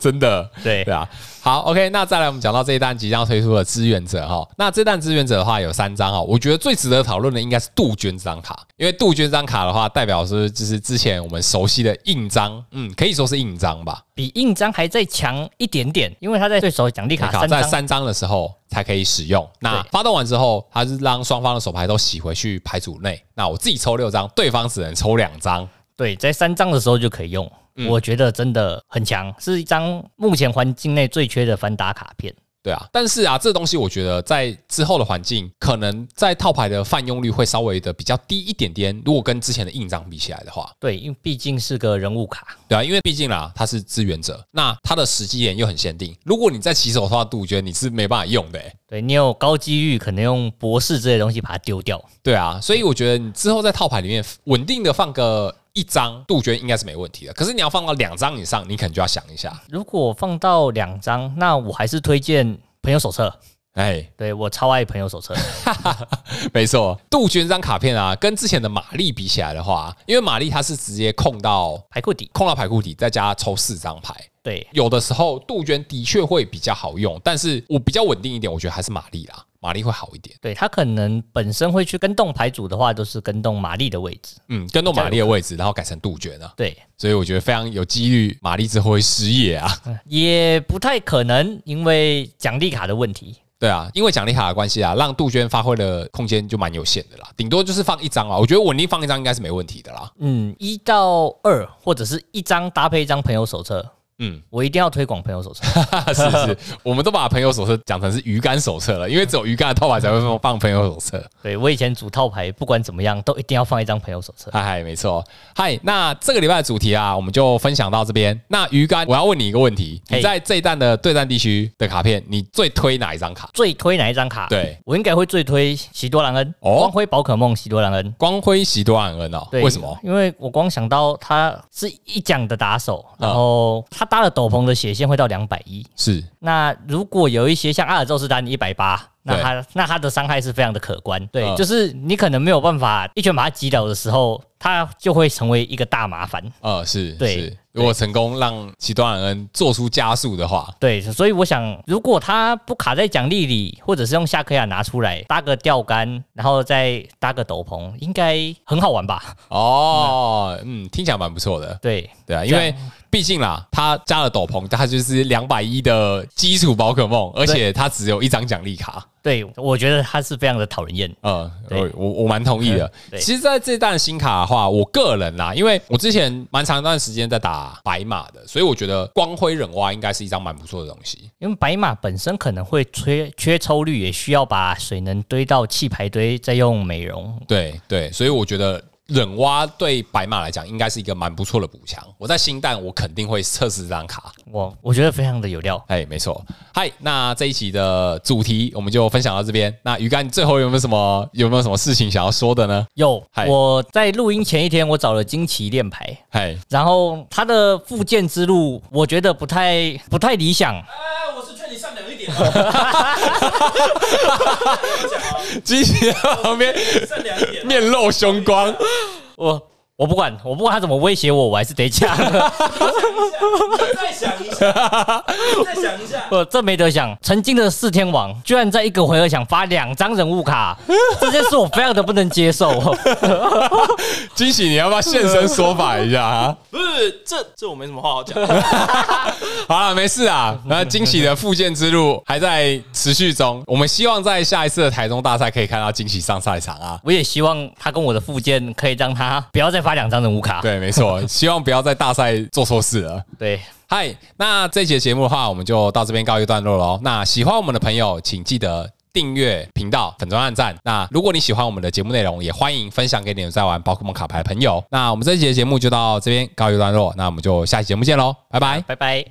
Speaker 1: 真的。[laughs]
Speaker 3: 对
Speaker 1: 对，啊，好，OK，那再来我们讲到这一弹即将推出的志愿者哈，那这弹志愿者的话有三张哈，我觉得最值得讨论的应该是杜鹃这张卡，因为杜鹃这张卡的话，代表是就是之前我们熟悉的印章，嗯，可以说是印章吧，
Speaker 3: 比印章还再强一点点，因为他在对手奖励卡
Speaker 1: 卡
Speaker 3: 三
Speaker 1: 在
Speaker 3: 张。
Speaker 1: 三张的时候才可以使用。那
Speaker 3: 对
Speaker 1: 发动完之后，它是让双方的手牌都洗回去牌组内，那我自己抽六张，对方只能抽两张。
Speaker 3: 对，在三张的时候就可以用。我觉得真的很强，是一张目前环境内最缺的反打卡片。
Speaker 1: 对啊，但是啊，这东西我觉得在之后的环境，可能在套牌的泛用率会稍微的比较低一点点。如果跟之前的印章比起来的话，
Speaker 3: 对，因为毕竟是个人物卡，
Speaker 1: 对啊，因为毕竟啦，他是志愿者，那他的时机点又很限定。如果你在起手的话，杜鹃你是没办法用的、欸。
Speaker 3: 对你有高几率可能用博士之类的东西把它丢掉。
Speaker 1: 对啊，所以我觉得你之后在套牌里面稳定的放个一张杜鹃应该是没问题的。可是你要放到两张以上，你可能就要想一下。
Speaker 3: 如果放到两张，那我还是推荐朋友手册。
Speaker 1: 哎，
Speaker 3: 对我超爱朋友 [laughs] 手册，
Speaker 1: 没错，杜鹃这张卡片啊，跟之前的玛丽比起来的话，因为玛丽它是直接控到
Speaker 3: 排库底。
Speaker 1: 控到牌库底，再加抽四张牌。
Speaker 3: 对，
Speaker 1: 有的时候杜鹃的确会比较好用，但是我比较稳定一点，我觉得还是玛丽啦，玛丽会好一点。
Speaker 3: 对他可能本身会去跟动牌组的话，都是跟动玛丽的位置。
Speaker 1: 嗯，跟动玛丽的位置，然后改成杜鹃啊，
Speaker 3: 对，
Speaker 1: 所以我觉得非常有几率玛丽之后会失业啊。
Speaker 3: 也不太可能，因为奖励卡的问题。
Speaker 1: 对啊，因为奖励卡的关系啊，让杜鹃发挥的空间就蛮有限的啦，顶多就是放一张啊，我觉得稳定放一张应该是没问题的啦。 [laughs]
Speaker 3: 嗯，一到二或者是一张搭配一张朋友手册，
Speaker 1: 嗯，
Speaker 3: 我一定要推广朋友手册。
Speaker 1: [laughs] 是是，我们都把朋友手册讲成是鱼竿手册了，因为只有鱼竿的套牌才会放放朋友手册。 [laughs]
Speaker 3: 对我以前组套牌，不管怎么样都一定要放一张朋友手册。
Speaker 1: 嗨嗨，没错。嗨，那这个礼拜的主题啊，我们就分享到这边。那鱼竿，我要问你一个问题：
Speaker 3: 嘿
Speaker 1: 你在这一弹的对战地区的卡片，你最推哪一张卡？
Speaker 3: 最推哪一张卡？
Speaker 1: 对，
Speaker 3: 我应该会最推喜多兰恩，
Speaker 1: 哦
Speaker 3: 光辉宝可梦喜多兰恩。
Speaker 1: 光辉喜多安恩哦，
Speaker 3: 对，
Speaker 1: 为什么？？
Speaker 3: 因为我光想到他是一奖的打手，
Speaker 1: 啊
Speaker 3: 然后他搭了斗篷的血线会到两百一。
Speaker 1: 是
Speaker 3: 那如果有一些像阿尔宙斯丹一百八，那
Speaker 1: 对
Speaker 3: 他那他的伤害是非常的可观。对，
Speaker 1: 嗯
Speaker 3: 就是你可能没有办法一拳把他击倒的时候，他就会成为一个大麻烦。
Speaker 1: 呃，是
Speaker 3: 对
Speaker 1: 是。如果成功让喜多安恩做出加速的话，
Speaker 3: 对，所以我想，如果他不卡在奖励里，或者是用夏克亚拿出来搭个钓竿，然后再搭个斗篷，应该很好玩吧？ [laughs]
Speaker 1: 哦，嗯，听起来蛮不错的，
Speaker 3: 对，
Speaker 1: 对啊，因为毕竟啦，他加了斗篷，他就是两百一的基础宝可梦，而且他只有一张奖励卡。
Speaker 3: 对，我觉得他是非常的讨人厌。
Speaker 1: 嗯，
Speaker 3: 对
Speaker 1: 我我我蛮同意的。
Speaker 3: 对
Speaker 1: 其实，在这弹新卡的话，我个人啦，因为我之前蛮长一段时间在打白马的，所以我觉得光辉忍蛙应该是一张蛮不错的东西。
Speaker 3: 因为白马本身可能会缺缺抽率，也需要把水能堆到气排堆，再用美容。
Speaker 1: 对对，所以我觉得忍蛙对白马来讲应该是一个蛮不错的补强。我在新蛋我肯定会测试这张卡。
Speaker 3: 我我觉得非常的有料。
Speaker 1: 哎，没错。嗨，那这一期的主题我们就分享到这边。那鱼竿，你最后有没有什么有没有什么事情想要说的呢？
Speaker 3: 有
Speaker 1: 嗨，
Speaker 3: 我在录音前一天，我找了惊奇练牌，
Speaker 1: 嗨，
Speaker 3: 然后他的复健之路，我觉得不太不太理想。
Speaker 2: 哎，我是劝你善良一点，啊
Speaker 1: 机器人旁边
Speaker 2: 善良一点。
Speaker 1: 面露凶光。
Speaker 3: 我我不管，我不管他怎么威胁我，我还是得 [laughs] 讲。
Speaker 2: 再想一下，再想一下。
Speaker 3: 我这没得想，曾经的四天王居然在一个回合想发两张人物 [laughs] 卡，这件事我非常的不能接受。
Speaker 1: 惊喜，你要不要现身说法一下啊？
Speaker 2: [laughs] 不是，这这我没什么话好讲。
Speaker 1: 好了，没事啊。那惊喜的复健之路还在持续中，我们希望在下一次的台中大赛可以看到惊喜上赛场啊。
Speaker 3: 我也希望他跟我的附件可以让他不要再发两张人物卡。
Speaker 1: 对，没错，希望不要在大赛做错事了。
Speaker 3: 对，
Speaker 1: 嗨，那这节节目的话，我们就到这边告一段落喽。那喜欢我们的朋友，请记得订阅频道、粉专、按赞。那如果你喜欢我们的节目内容，也欢迎分享给你有在玩宝可梦卡牌的朋友。那我们这节节目就到这边告一段落，那我们就下期节目见喽，拜拜。
Speaker 3: 拜拜。